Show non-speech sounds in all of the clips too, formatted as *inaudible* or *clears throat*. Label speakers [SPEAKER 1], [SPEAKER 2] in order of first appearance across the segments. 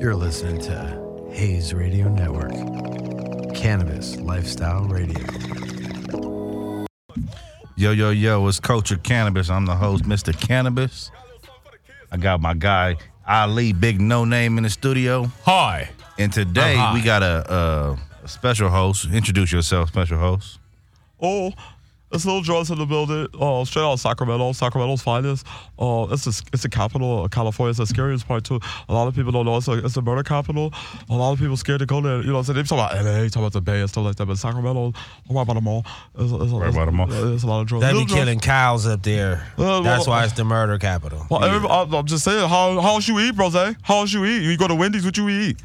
[SPEAKER 1] You're listening to Hayes Radio Network, Cannabis Lifestyle Radio.
[SPEAKER 2] Yo, yo, yo, it's Culture Cannabis. I'm the host, Mr. Cannabis. I got my guy, Ali, big no name in the studio.
[SPEAKER 3] Hi.
[SPEAKER 2] And today
[SPEAKER 3] Uh-huh.
[SPEAKER 2] we got a, uh, a special host. Introduce yourself, special host.
[SPEAKER 3] Oh, it's Little Johnson in the building. Oh, straight out of Sacramento. Sacramento's finest. Oh, it's the, it's the capital of California. It's the scariest part, too. A lot of people don't know it's a, it's a murder capital. A lot of people scared to go there. You know, so they talk about LA, talk about the Bay and stuff like that. But Sacramento, right by the mall. It's, it's, right
[SPEAKER 2] by the mall.
[SPEAKER 3] It's a lot of drugs.
[SPEAKER 4] They be
[SPEAKER 3] Little Johnson-
[SPEAKER 4] killing cows up there.
[SPEAKER 3] Well,
[SPEAKER 4] That's
[SPEAKER 3] well,
[SPEAKER 4] why it's the murder capital.
[SPEAKER 3] Well, everybody- I'm, I'm just saying, how how else you eat, bros? Eh? How else you eat? You go to Wendy's, what you eat?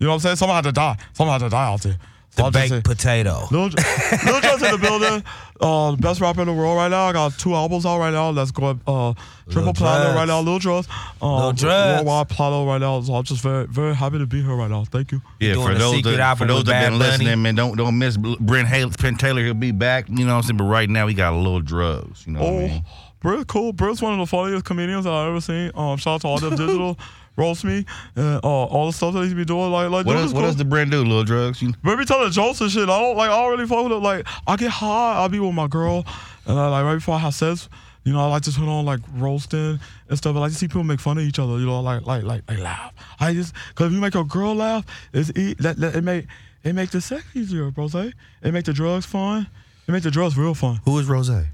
[SPEAKER 3] You know what I'm saying? Someone had to die. Someone had to die out there. So
[SPEAKER 4] The
[SPEAKER 3] I'm just
[SPEAKER 4] baked
[SPEAKER 3] saying-
[SPEAKER 4] potato.
[SPEAKER 3] Lil, Jon- Lil Jon's in the building. Uh, best rapper in the world right now. I got two albums out right now. That's going uh, triple
[SPEAKER 4] Lil
[SPEAKER 3] platinum
[SPEAKER 4] Drugs.
[SPEAKER 3] right now. Lil Drugs. Uh,
[SPEAKER 4] Lil Drugs.
[SPEAKER 3] Worldwide platinum right now. So I'm just very, very happy to be here right now. Thank you.
[SPEAKER 2] Yeah,
[SPEAKER 4] doing
[SPEAKER 2] for
[SPEAKER 4] a
[SPEAKER 2] those
[SPEAKER 4] secret
[SPEAKER 2] that, for
[SPEAKER 4] album
[SPEAKER 2] those
[SPEAKER 4] with
[SPEAKER 2] that
[SPEAKER 4] Bad
[SPEAKER 2] been
[SPEAKER 4] Bunny.
[SPEAKER 2] listening, man, don't don't miss Bl- Brent Hale, Penn Taylor. He'll be back. You know what I'm saying? But right now we got a little drugs. You know what I
[SPEAKER 3] Oh,
[SPEAKER 2] mean?
[SPEAKER 3] Britt, cool. Britt's one of the funniest comedians that I've ever seen. Um, shout out to all them digital. *laughs* Roast me and uh, all the stuff that he's been doing. Like, like
[SPEAKER 2] What
[SPEAKER 3] dude
[SPEAKER 2] does
[SPEAKER 3] is
[SPEAKER 2] what
[SPEAKER 3] cool.
[SPEAKER 2] does the Brent do? Little drugs? You know?
[SPEAKER 3] But be telling jokes and shit. I don't like. I don't really fuck with it. Like I get high. I be with my girl, and I like right before I have sex. You know, I like to put on like roasting and stuff. I like to see people make fun of each other. You know, like like like like laugh. I just because if you make your girl laugh, it's e- that, that it make it make the sex easier, bro. Say it make the drugs fun. It make the drugs real fun,
[SPEAKER 2] Who is Rose? Oh,
[SPEAKER 3] bro. Say.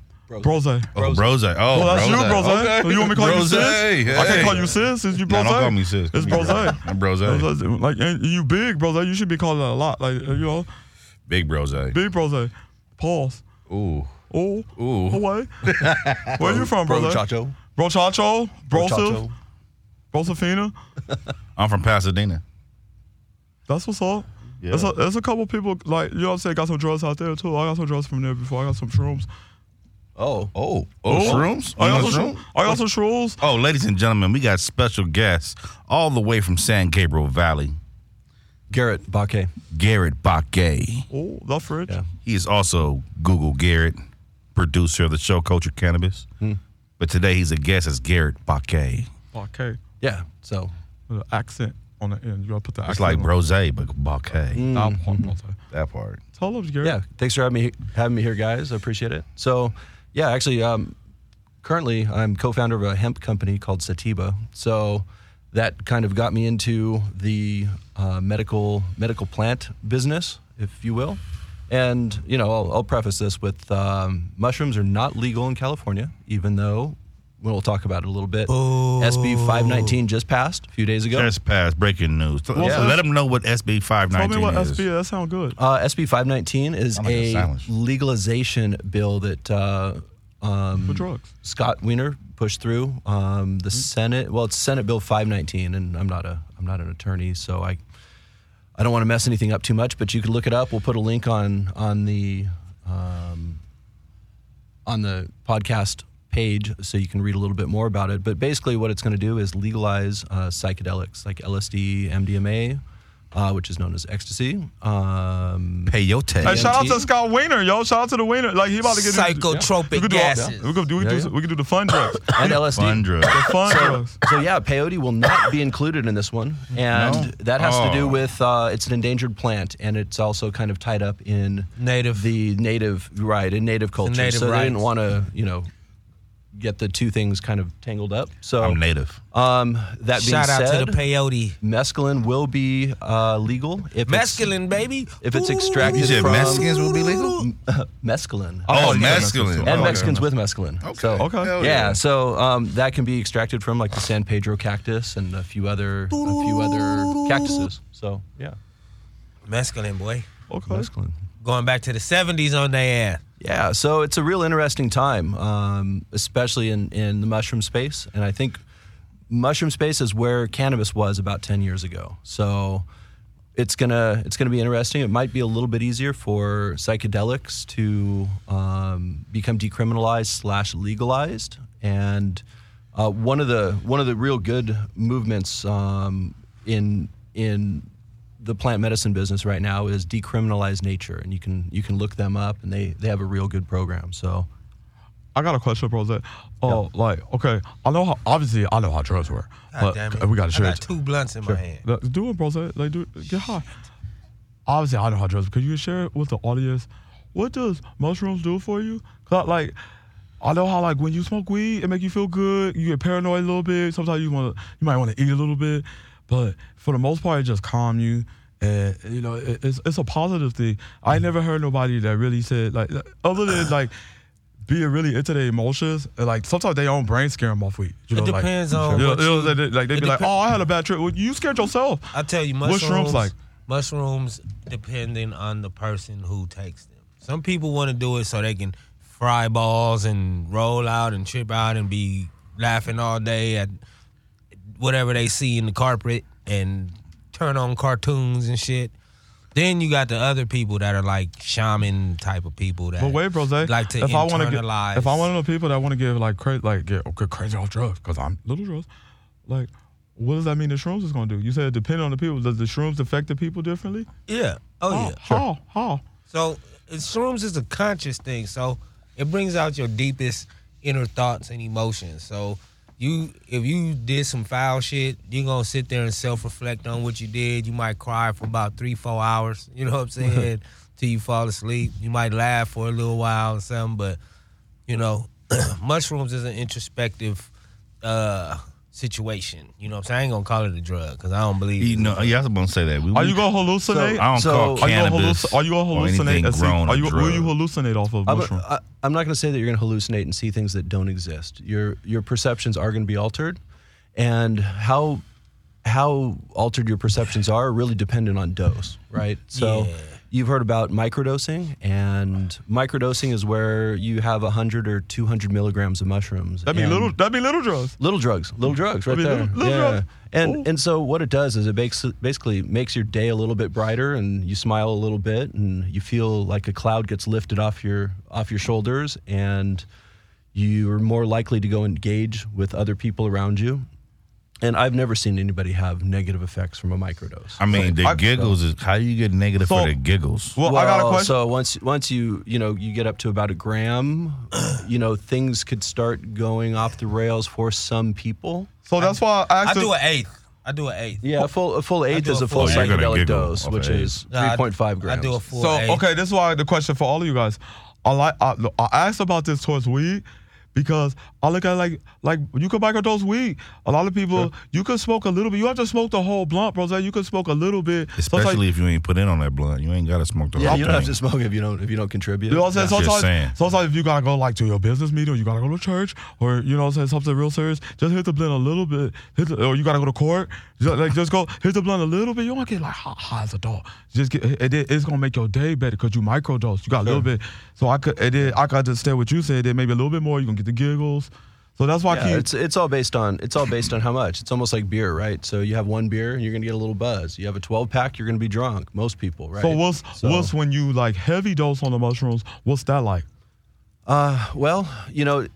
[SPEAKER 2] Brose. Oh,
[SPEAKER 3] Well, that's you,
[SPEAKER 2] Brose.
[SPEAKER 3] bro.
[SPEAKER 2] Okay.
[SPEAKER 3] You want me to call
[SPEAKER 2] Brose,
[SPEAKER 3] you sis? I
[SPEAKER 2] hey.
[SPEAKER 3] can't call you sis since you bro.
[SPEAKER 2] Nah, don't call me sis.
[SPEAKER 3] It's bro.
[SPEAKER 2] I'm Brose.
[SPEAKER 3] Like and you big, bro. You should be called that a lot. Like you know.
[SPEAKER 2] Big Brose.
[SPEAKER 3] Big brother. Pause.
[SPEAKER 2] Ooh.
[SPEAKER 3] Oh.
[SPEAKER 2] Ooh.
[SPEAKER 3] Away. Where you from, brother? Bro Chacho. Bro Chacho. Brosafina.
[SPEAKER 2] I'm from Pasadena.
[SPEAKER 3] That's what's up. There's, a, there's a couple people, like, you know what I'm saying? Got some drugs out there, too. I got some drugs from there before. I got some shrooms.
[SPEAKER 2] Oh. Oh. Oh, shrooms?
[SPEAKER 3] I
[SPEAKER 2] You
[SPEAKER 3] got
[SPEAKER 2] want
[SPEAKER 3] some,
[SPEAKER 2] shroom?
[SPEAKER 3] shrooms. I got some shrooms.
[SPEAKER 2] Oh, ladies and gentlemen, we got special guests all the way from San Gabriel Valley.
[SPEAKER 5] Garrett Bakke.
[SPEAKER 2] Garrett Bakke.
[SPEAKER 3] Oh, that's rich.
[SPEAKER 5] Yeah.
[SPEAKER 2] He is also Google Garrett, producer of the show Culture Cannabis. But today he's a guest as Garrett Bakke.
[SPEAKER 3] Okay.
[SPEAKER 5] Yeah. So
[SPEAKER 3] With an accent on the end. You got to put the accent
[SPEAKER 2] It's like
[SPEAKER 3] on.
[SPEAKER 2] Brose, but Bakke.
[SPEAKER 3] That part, bro.
[SPEAKER 2] Hmm. That part.
[SPEAKER 3] Tell them, Gary.
[SPEAKER 5] yeah, thanks for having me having me here, guys. I appreciate it. So yeah, actually, um, currently I'm co-founder of a hemp company called Sativa. So that kind of got me into the uh, medical medical plant business, if you will. And you know, I'll, I'll preface this with um, mushrooms are not legal in California, even though we'll talk about it a little bit. SB 519 just passed a few days ago.
[SPEAKER 2] Just past breaking news.
[SPEAKER 3] Yeah.
[SPEAKER 2] Let them know what SB
[SPEAKER 3] Tell me
[SPEAKER 2] 519
[SPEAKER 3] what
[SPEAKER 2] is.
[SPEAKER 3] SB. That sound good.
[SPEAKER 5] Uh, SB 519 is
[SPEAKER 2] I'm not gonna
[SPEAKER 5] a
[SPEAKER 2] silence you.
[SPEAKER 5] legalization bill that uh, um,
[SPEAKER 3] What drugs?
[SPEAKER 5] Scott Weiner pushed through. Um, the
[SPEAKER 2] Hmm.
[SPEAKER 5] Senate, well, it's Senate Bill 519, and I'm not a I'm not an attorney, so I I don't want to mess anything up too much. But you can look it up. We'll put a link on on the um, on the podcast page so you can read a little bit more about it. But basically, what it's going to do is legalize uh, psychedelics like LSD, MDMA. Uh, which is known as ecstasy. Um,
[SPEAKER 2] Peyote.
[SPEAKER 3] Hey, shout out
[SPEAKER 5] DMT.
[SPEAKER 3] to Scott Weiner, yo. Shout out to the Weiner. Like he about to get
[SPEAKER 4] Psychotropic
[SPEAKER 3] We could do all-
[SPEAKER 4] gases.
[SPEAKER 3] We could do we could
[SPEAKER 5] Yeah,
[SPEAKER 3] do
[SPEAKER 5] yeah.
[SPEAKER 3] we could do the fun drugs.
[SPEAKER 5] and LSD.
[SPEAKER 2] Fun drug.
[SPEAKER 3] *laughs* The fun drugs.
[SPEAKER 5] So yeah, peyote will not be included in this one, and
[SPEAKER 2] No?
[SPEAKER 5] that has to
[SPEAKER 2] Oh.
[SPEAKER 5] do with uh, it's an endangered plant, and it's also kind of tied up in
[SPEAKER 4] Native.
[SPEAKER 5] the native right in native culture.
[SPEAKER 4] native
[SPEAKER 5] so they didn't
[SPEAKER 4] rights.
[SPEAKER 5] want to, you know, get the two things kind of tangled up. So
[SPEAKER 2] I'm native.
[SPEAKER 5] um, that being
[SPEAKER 4] Shout out
[SPEAKER 5] said,
[SPEAKER 4] to the peyote.
[SPEAKER 5] mescaline will be uh, legal if it's-
[SPEAKER 4] Mescaline, baby.
[SPEAKER 5] if it's extracted
[SPEAKER 2] You said
[SPEAKER 5] from
[SPEAKER 2] Mexicans will be legal?
[SPEAKER 5] *laughs* mescaline
[SPEAKER 2] Oh,
[SPEAKER 3] Mexican.
[SPEAKER 2] masculine.
[SPEAKER 3] Okay.
[SPEAKER 5] and Mexicans with mescaline. Okay. So,
[SPEAKER 3] Okay.
[SPEAKER 2] Hell
[SPEAKER 5] Yeah, so um, that can be extracted from like the San Pedro cactus and a few other a few other cactuses. So yeah,
[SPEAKER 4] Mescaline, boy.
[SPEAKER 3] Okay.
[SPEAKER 5] mescaline.
[SPEAKER 4] Going back to the 70s on their ass.
[SPEAKER 5] Yeah, so it's a real interesting time, um, especially in in the mushroom space, and I think mushroom space is where cannabis was about ten years ago. So it's gonna it's gonna be interesting. It might be a little bit easier for psychedelics to um, become decriminalized slash legalized. And uh, one of the one of the real good movements um, in in the plant medicine business right now is decriminalize nature, and you can you can look them up, and they they have a real good program. So
[SPEAKER 3] I got a question, bro. That oh, like okay, I know how obviously I know how drugs work,
[SPEAKER 4] God
[SPEAKER 3] but
[SPEAKER 4] damn it.
[SPEAKER 3] we got to
[SPEAKER 4] I
[SPEAKER 3] share.
[SPEAKER 4] got two blunts in my hand.
[SPEAKER 3] Like, Do it, bro. Like, like, do it. get high. Obviously, I know how drugs. Could you share it with the audience? What does mushrooms do for you? Cause I, like, I know how like when you smoke weed, it make you feel good. You get paranoid a little bit. Sometimes you want to, you might want to eat a little bit, but for the most part, it just calm you. And you know, it, it's it's a positive thing. I never heard nobody that really said like other than like being really into their emotions. And, like sometimes they own brain scare them off weed. You
[SPEAKER 4] It
[SPEAKER 3] know, like-
[SPEAKER 4] depends on
[SPEAKER 3] you know,
[SPEAKER 4] what
[SPEAKER 3] you know,
[SPEAKER 4] you-
[SPEAKER 3] they- like they
[SPEAKER 4] it
[SPEAKER 3] be like,
[SPEAKER 4] depend-
[SPEAKER 3] oh, I had a bad trip. Well, you scared yourself.
[SPEAKER 4] I tell you,
[SPEAKER 3] What
[SPEAKER 4] mushrooms,
[SPEAKER 3] shrooms like?
[SPEAKER 4] mushrooms, depending on the person who takes them. Some people want to do it so they can fry balls and roll out and trip out and be laughing all day at whatever they see in the carpet and turn on cartoons and shit. Then you got the other people that are like shaman type of people that
[SPEAKER 3] But wait, bro, Zay,
[SPEAKER 4] like to
[SPEAKER 3] if I want to get,
[SPEAKER 4] internalize.
[SPEAKER 3] if I want to know people that want to give like crazy, like get okay, crazy off drugs, cause I'm little drugs. Like, what does that mean? The shrooms is gonna do? You said depending on the people. Does the shrooms affect the people differently?
[SPEAKER 4] yeah, oh
[SPEAKER 3] How?
[SPEAKER 4] yeah,
[SPEAKER 3] How? How?
[SPEAKER 4] So it's- shrooms is a conscious thing. So it brings out your deepest inner thoughts and emotions. So you if you did some foul shit, you're gonna sit there and self reflect on what you did. You might cry for about three, four hours, you know what I'm saying? Till you fall asleep. You might laugh for a little while or something, but you know, *clears throat* mushrooms is an introspective uh situation. You know what I'm saying? I ain't gonna call it a drug because I don't believe
[SPEAKER 2] You
[SPEAKER 4] it's a
[SPEAKER 2] know, yeah, I was gonna say that. We,
[SPEAKER 3] Are
[SPEAKER 2] we-
[SPEAKER 3] you gonna hallucinate?
[SPEAKER 2] I don't
[SPEAKER 5] So-
[SPEAKER 2] call
[SPEAKER 3] are you gonna
[SPEAKER 2] cannabis.
[SPEAKER 3] halluc- are you gonna
[SPEAKER 2] or anything
[SPEAKER 3] hallucinate? and see-
[SPEAKER 2] grown
[SPEAKER 3] are
[SPEAKER 2] on
[SPEAKER 3] you will you
[SPEAKER 2] drugs.
[SPEAKER 3] hallucinate off of
[SPEAKER 5] I'm,
[SPEAKER 3] mushroom?
[SPEAKER 5] I, I'm not going to say that you're going to hallucinate and see things that don't exist. Your your perceptions are going to be altered, and how how altered your perceptions are are really dependent on dose, right? So
[SPEAKER 4] Yeah.
[SPEAKER 5] you've heard about microdosing, and microdosing is where you have 100 or 200 milligrams of mushrooms.
[SPEAKER 3] That be
[SPEAKER 5] and-
[SPEAKER 3] little. That be little drugs.
[SPEAKER 5] little drugs, little drugs, right
[SPEAKER 3] mean,
[SPEAKER 5] there.
[SPEAKER 3] little- little
[SPEAKER 5] yeah.
[SPEAKER 3] drugs.
[SPEAKER 5] And
[SPEAKER 3] Ooh.
[SPEAKER 5] and so what it does is it makes basically makes your day a little bit brighter, and you smile a little bit, and you feel like a cloud gets lifted off your off your shoulders, and you are more likely to go engage with other people around you. And I've never seen anybody have negative effects from a microdose.
[SPEAKER 2] I mean, the
[SPEAKER 3] I-
[SPEAKER 2] giggles is how you get negative
[SPEAKER 3] So-
[SPEAKER 2] for the giggles.
[SPEAKER 3] Well, I got a question.
[SPEAKER 5] So once once you you know you get up to about a gram, you know things could start going off the rails for some people.
[SPEAKER 3] So, that's why I asked.
[SPEAKER 4] I
[SPEAKER 3] him-
[SPEAKER 4] do an eighth. I do an eighth.
[SPEAKER 5] Yeah, a full a full eighth
[SPEAKER 4] do
[SPEAKER 5] is
[SPEAKER 4] a
[SPEAKER 5] a full
[SPEAKER 4] full Oh,
[SPEAKER 2] you're gonna
[SPEAKER 5] psychedelic
[SPEAKER 2] giggle
[SPEAKER 5] dose,
[SPEAKER 2] off
[SPEAKER 5] which
[SPEAKER 2] an
[SPEAKER 5] is
[SPEAKER 4] No, I-
[SPEAKER 5] three point five grams.
[SPEAKER 4] I do a full
[SPEAKER 3] So
[SPEAKER 4] eighth.
[SPEAKER 3] okay, this is why the question for all of you guys. I like I, look, I asked about this towards weed because I look at it like like you could microdose weed. A lot of people you could smoke a little bit. You have to smoke the whole blunt, bro. So You could smoke a little bit. Sometimes-
[SPEAKER 2] Especially if you ain't put in on that blunt, you ain't gotta smoke the
[SPEAKER 5] Yeah,
[SPEAKER 2] whole
[SPEAKER 5] you don't have
[SPEAKER 2] thing.
[SPEAKER 5] to smoke if you don't if you don't contribute.
[SPEAKER 3] You know what I'm saying?
[SPEAKER 2] Just
[SPEAKER 3] Sometimes,
[SPEAKER 2] saying.
[SPEAKER 3] sometimes if you gotta go like to your business meeting, or you gotta go to church, or you know what I'm saying, something real serious, just hit the blend a little bit. Hit the, or you gotta go to court, just, like just go hit the blend a little bit. You don't get like hot, hot as a dog. Just get, and then it's gonna make your day better because you microdose. You got a little bit, so I could, and then I could understand what you said. Then maybe a little bit more. You gonna get the giggles. So that's why I
[SPEAKER 5] Yeah,
[SPEAKER 3] keep.
[SPEAKER 5] it's it's all based on it's all based on how much. It's almost like beer, right? So you have one beer and you're gonna get a little buzz. You have a twelve pack, you're gonna be drunk. Most people, right?
[SPEAKER 3] So what's
[SPEAKER 5] So-
[SPEAKER 3] what's when you like heavy dose on the mushrooms? What's that like?
[SPEAKER 5] Well, you know,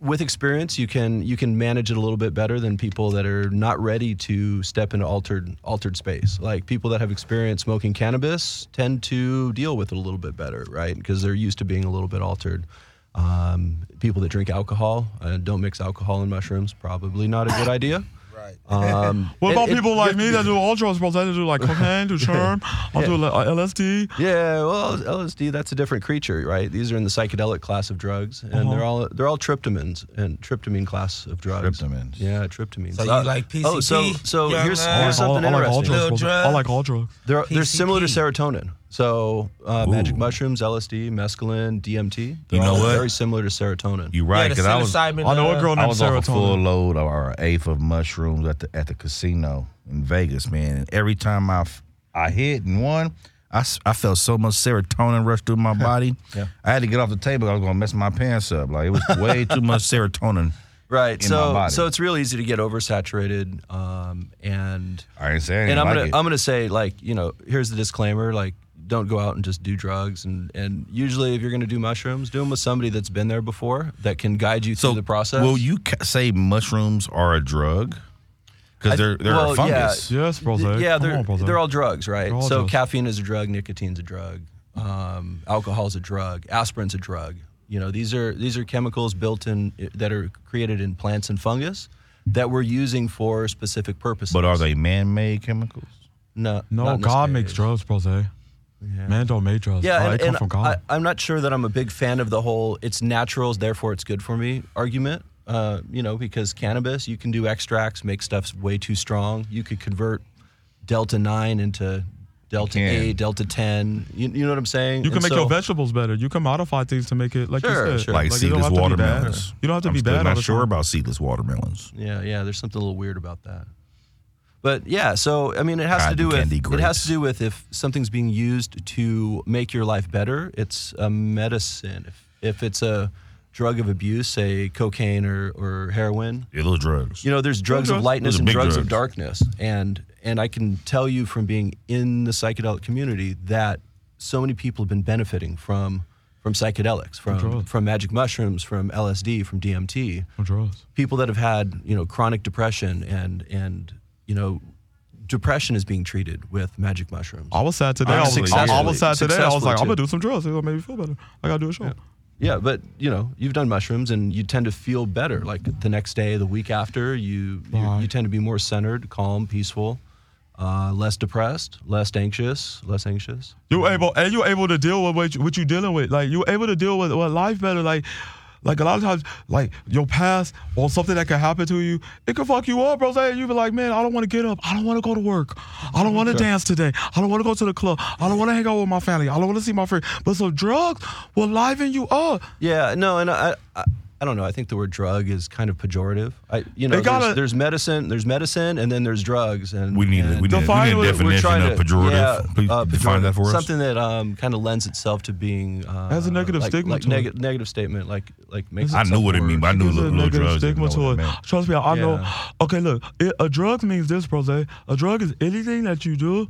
[SPEAKER 5] with experience, you can you can manage it a little bit better than people that are not ready to step into altered altered space. Like people that have experience smoking cannabis tend to deal with it a little bit better, right? Because they're used to being a little bit altered. Um, people that drink alcohol uh, don't mix alcohol and mushrooms. Probably not a good idea.
[SPEAKER 4] Right.
[SPEAKER 5] Um,
[SPEAKER 3] *laughs* What
[SPEAKER 5] and
[SPEAKER 3] about
[SPEAKER 5] it-
[SPEAKER 3] people like
[SPEAKER 5] yeah,
[SPEAKER 3] me that do all drugs, bro? That do
[SPEAKER 5] *laughs*
[SPEAKER 3] like cocaine, do charm, I do like LSD.
[SPEAKER 5] Yeah, well, LSD that's a different creature, right? These are in the psychedelic class of drugs, and
[SPEAKER 2] Uh-huh.
[SPEAKER 5] they're all they're all tryptamines and tryptamine class of drugs.
[SPEAKER 2] Tryptamines.
[SPEAKER 5] Yeah, tryptamines.
[SPEAKER 4] So you like
[SPEAKER 5] Oh, so
[SPEAKER 4] PCP?
[SPEAKER 5] so
[SPEAKER 4] Yeah,
[SPEAKER 5] here's,
[SPEAKER 4] man.
[SPEAKER 5] here's
[SPEAKER 3] I like
[SPEAKER 5] something
[SPEAKER 3] all- I like all
[SPEAKER 5] interesting.
[SPEAKER 3] drugs,
[SPEAKER 4] Little
[SPEAKER 3] bro. I
[SPEAKER 4] drugs.
[SPEAKER 3] like all drugs.
[SPEAKER 5] they're they're similar to
[SPEAKER 4] PCP.
[SPEAKER 5] serotonin. So uh, magic
[SPEAKER 2] Ooh.
[SPEAKER 5] mushrooms, LSD, mescaline, DMT. They're
[SPEAKER 2] You know
[SPEAKER 5] all
[SPEAKER 2] what?
[SPEAKER 5] Very similar to serotonin.
[SPEAKER 2] You right?
[SPEAKER 4] yeah, the
[SPEAKER 2] Because I was
[SPEAKER 4] psilocybin,
[SPEAKER 3] I know a
[SPEAKER 4] uh,
[SPEAKER 3] girl
[SPEAKER 2] I
[SPEAKER 3] named
[SPEAKER 2] was off a full
[SPEAKER 3] Serotonin.
[SPEAKER 2] load or an eighth of mushrooms at the at the casino in Vegas, man. And every time I f- I hit and won, I, s- I felt so much serotonin rush through
[SPEAKER 5] *laughs*
[SPEAKER 2] my body. I had to get off the table. I was gonna mess my pants up. Like it was way too
[SPEAKER 5] *laughs*
[SPEAKER 2] much serotonin.
[SPEAKER 5] right.
[SPEAKER 2] in
[SPEAKER 5] so
[SPEAKER 2] my body.
[SPEAKER 5] so it's real easy to get oversaturated, um, and
[SPEAKER 2] I ain't saying.
[SPEAKER 5] and I'm
[SPEAKER 2] like
[SPEAKER 5] gonna
[SPEAKER 2] it.
[SPEAKER 5] I'm gonna say like you know here's the disclaimer like don't go out and just do drugs and and usually if you're gonna do mushrooms do them with somebody that's been there before that can guide you
[SPEAKER 2] so
[SPEAKER 5] through the process.
[SPEAKER 2] Will you ca- say mushrooms are a drug? Because
[SPEAKER 5] I-
[SPEAKER 2] they're they're
[SPEAKER 5] well,
[SPEAKER 2] a
[SPEAKER 5] yeah.
[SPEAKER 2] fungus.
[SPEAKER 3] Yes, bro.
[SPEAKER 5] Th- Yeah,
[SPEAKER 3] Come
[SPEAKER 5] they're,
[SPEAKER 3] on, bro.
[SPEAKER 5] they're all drugs, right?
[SPEAKER 3] all
[SPEAKER 5] so
[SPEAKER 3] drugs.
[SPEAKER 5] caffeine is a drug, nicotine's a drug, um, alcohol's a drug, aspirin's a drug. You know, these are these are chemicals built in that are created in plants and fungus that we're using for specific purposes.
[SPEAKER 2] But are they man-made chemicals?
[SPEAKER 5] No, not
[SPEAKER 3] No,
[SPEAKER 5] in this
[SPEAKER 3] God
[SPEAKER 5] case.
[SPEAKER 3] makes drugs, bro. Say, man don't make drugs.
[SPEAKER 5] Yeah,
[SPEAKER 3] bro.
[SPEAKER 5] and,
[SPEAKER 3] they come
[SPEAKER 5] and
[SPEAKER 3] from God.
[SPEAKER 5] I, I'm not sure that I'm a big fan of the whole "it's naturals, therefore it's good for me" argument. Uh, you know, because cannabis, you can do extracts, make stuff way too strong. You could convert delta nine into delta
[SPEAKER 2] You can.
[SPEAKER 5] eight, delta ten. You, you know what I'm saying?
[SPEAKER 3] you can
[SPEAKER 5] And
[SPEAKER 3] make
[SPEAKER 5] so-
[SPEAKER 3] your vegetables better. You can modify things to make it like
[SPEAKER 5] Sure,
[SPEAKER 3] you said.
[SPEAKER 5] sure.
[SPEAKER 2] Like,
[SPEAKER 3] you don't
[SPEAKER 2] seedless
[SPEAKER 3] have to be bad.
[SPEAKER 2] watermelons.
[SPEAKER 3] You don't have to
[SPEAKER 2] I'm
[SPEAKER 3] be
[SPEAKER 2] still
[SPEAKER 3] bad. all
[SPEAKER 2] Not
[SPEAKER 3] the
[SPEAKER 2] sure
[SPEAKER 3] time.
[SPEAKER 2] about seedless watermelons.
[SPEAKER 5] Yeah, yeah. There's something a little weird about that. But yeah, so I mean, it has
[SPEAKER 2] Cotton
[SPEAKER 5] to do with
[SPEAKER 2] candy
[SPEAKER 5] it has
[SPEAKER 2] grapes.
[SPEAKER 5] to do with if something's being used to make your life better. It's a medicine. If if it's a drug of abuse, say cocaine or, or heroin,
[SPEAKER 2] Yeah, those drugs.
[SPEAKER 5] you know, there's drugs
[SPEAKER 3] drugs.
[SPEAKER 5] of lightness
[SPEAKER 2] Those are
[SPEAKER 5] and
[SPEAKER 2] big
[SPEAKER 5] drugs, of
[SPEAKER 2] drugs.
[SPEAKER 5] darkness, and and I can tell you from being in the psychedelic community that so many people have been benefiting from from psychedelics, from
[SPEAKER 3] drugs.
[SPEAKER 5] from magic mushrooms, from LSD, from DMT
[SPEAKER 3] No drugs.
[SPEAKER 5] people that have had you know chronic depression and and you know depression is being treated with magic mushrooms.
[SPEAKER 3] I was sad today. I
[SPEAKER 5] I'm
[SPEAKER 3] was, I, I was sad today. I
[SPEAKER 5] successfully-
[SPEAKER 3] was
[SPEAKER 5] successful,
[SPEAKER 3] like, I'm
[SPEAKER 5] too.
[SPEAKER 3] gonna do some drugs. It'll make me feel better. I gotta do a show.
[SPEAKER 5] Yeah, but you know you've done mushrooms and you tend to feel better. Like the next day, the week after, you you,
[SPEAKER 3] Right.
[SPEAKER 5] you tend to be more centered, calm, peaceful, uh, less depressed, less anxious, less anxious.
[SPEAKER 3] You able and you able to deal with what, you, what you dealing with. Like you able to deal with, with life better. Like like a lot of times, like your past or something that could happen to you, it could fuck you up, bro. Say you be like, man, I don't want to get up. I don't want to go to work. I don't want to dance today. I don't want to go to the club. I don't want to hang out with my family. I don't want to see my friends. But so drugs will liven you up.
[SPEAKER 5] Yeah, no, and I, I, I don't know. I think the word drug is kind of pejorative. I, you know,
[SPEAKER 3] They gotta-
[SPEAKER 5] there's, there's medicine, there's medicine, and then there's drugs, and
[SPEAKER 2] We need
[SPEAKER 5] and
[SPEAKER 2] a, we need, a- we
[SPEAKER 3] Define
[SPEAKER 2] need a
[SPEAKER 3] what- we're
[SPEAKER 2] definition of pejorative. Please
[SPEAKER 5] uh,
[SPEAKER 2] define that
[SPEAKER 5] pejorative.
[SPEAKER 2] for us.
[SPEAKER 5] Something that um, kind of lends itself to being uh,
[SPEAKER 3] Has a negative
[SPEAKER 5] like,
[SPEAKER 3] stigma
[SPEAKER 5] like
[SPEAKER 3] to it.
[SPEAKER 5] neg- negative statement, like like makes.
[SPEAKER 2] I knew
[SPEAKER 5] itself
[SPEAKER 2] what it
[SPEAKER 5] worse.
[SPEAKER 2] mean, but I knew
[SPEAKER 3] There's
[SPEAKER 2] little,
[SPEAKER 3] a
[SPEAKER 2] little
[SPEAKER 3] negative
[SPEAKER 2] drugs.
[SPEAKER 3] stigma
[SPEAKER 2] didn't know
[SPEAKER 3] to
[SPEAKER 2] what
[SPEAKER 3] it.
[SPEAKER 2] meant.
[SPEAKER 3] Trust me, I know.
[SPEAKER 5] Yeah.
[SPEAKER 3] Okay, look, it, a drug means this, bro. Zay. A drug is anything that you do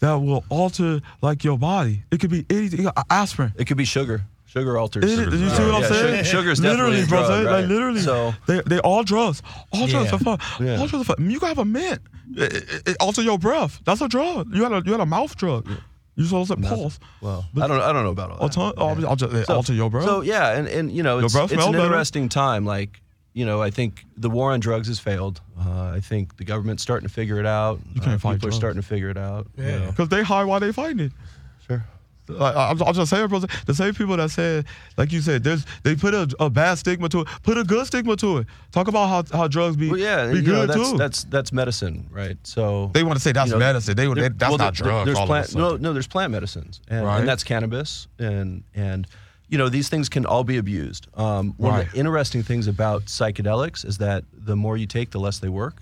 [SPEAKER 3] that will alter like your body. It could be anything. a- Aspirin.
[SPEAKER 5] It could be sugar. Sugar alters.
[SPEAKER 3] It-
[SPEAKER 5] sugar.
[SPEAKER 3] you see what I'm
[SPEAKER 5] Yeah,
[SPEAKER 3] saying?
[SPEAKER 5] sugar- Sugar's
[SPEAKER 3] literally,
[SPEAKER 5] definitely a
[SPEAKER 3] bro.
[SPEAKER 5] drug,
[SPEAKER 3] Zay,
[SPEAKER 5] right?
[SPEAKER 3] Like literally,
[SPEAKER 5] So
[SPEAKER 3] they they all drugs. All drugs
[SPEAKER 4] Yeah.
[SPEAKER 3] are fun.
[SPEAKER 5] Yeah.
[SPEAKER 3] All drugs are fun. You can have a mint. It, it, it alter your breath. That's a drug. You had a you had a mouth drug. You supposed to pulse.
[SPEAKER 5] well, I don't I don't know about all that.
[SPEAKER 3] Alter, alter, alter,
[SPEAKER 5] So-
[SPEAKER 3] your breath.
[SPEAKER 5] So yeah, and, and you know, it's,
[SPEAKER 3] bro
[SPEAKER 5] it's
[SPEAKER 3] smell
[SPEAKER 5] an
[SPEAKER 3] better.
[SPEAKER 5] interesting time. Like you know, I think the war on drugs has failed. Uh, I think the government's starting to figure it out. You
[SPEAKER 3] can't
[SPEAKER 5] uh,
[SPEAKER 3] fight
[SPEAKER 5] People
[SPEAKER 3] drugs.
[SPEAKER 5] are starting to figure it out. you
[SPEAKER 4] Yeah.
[SPEAKER 5] know.
[SPEAKER 3] Because they high while they fighting it. Sure. Like, I- I'm, I'm just saying, bro. The same people that said, like you said, there's they put a, a bad stigma to it. Put a good stigma to it. Talk about how, how drugs be,
[SPEAKER 5] Well, yeah,
[SPEAKER 3] be
[SPEAKER 5] you know,
[SPEAKER 3] good
[SPEAKER 5] that's,
[SPEAKER 3] too.
[SPEAKER 5] that's that's medicine, right? So
[SPEAKER 3] they want to say that's
[SPEAKER 5] you know,
[SPEAKER 3] medicine. They,
[SPEAKER 5] there-
[SPEAKER 3] they that's
[SPEAKER 5] well,
[SPEAKER 3] not
[SPEAKER 5] there-
[SPEAKER 3] drugs.
[SPEAKER 5] There's
[SPEAKER 3] all
[SPEAKER 5] plant,
[SPEAKER 3] of a sudden.
[SPEAKER 5] no, no, there's plant medicines, and,
[SPEAKER 3] Right.
[SPEAKER 5] and that's cannabis, and and you know these things can all be abused. Um, one of
[SPEAKER 3] Right.
[SPEAKER 5] the interesting things about psychedelics is that the more you take, the less they work.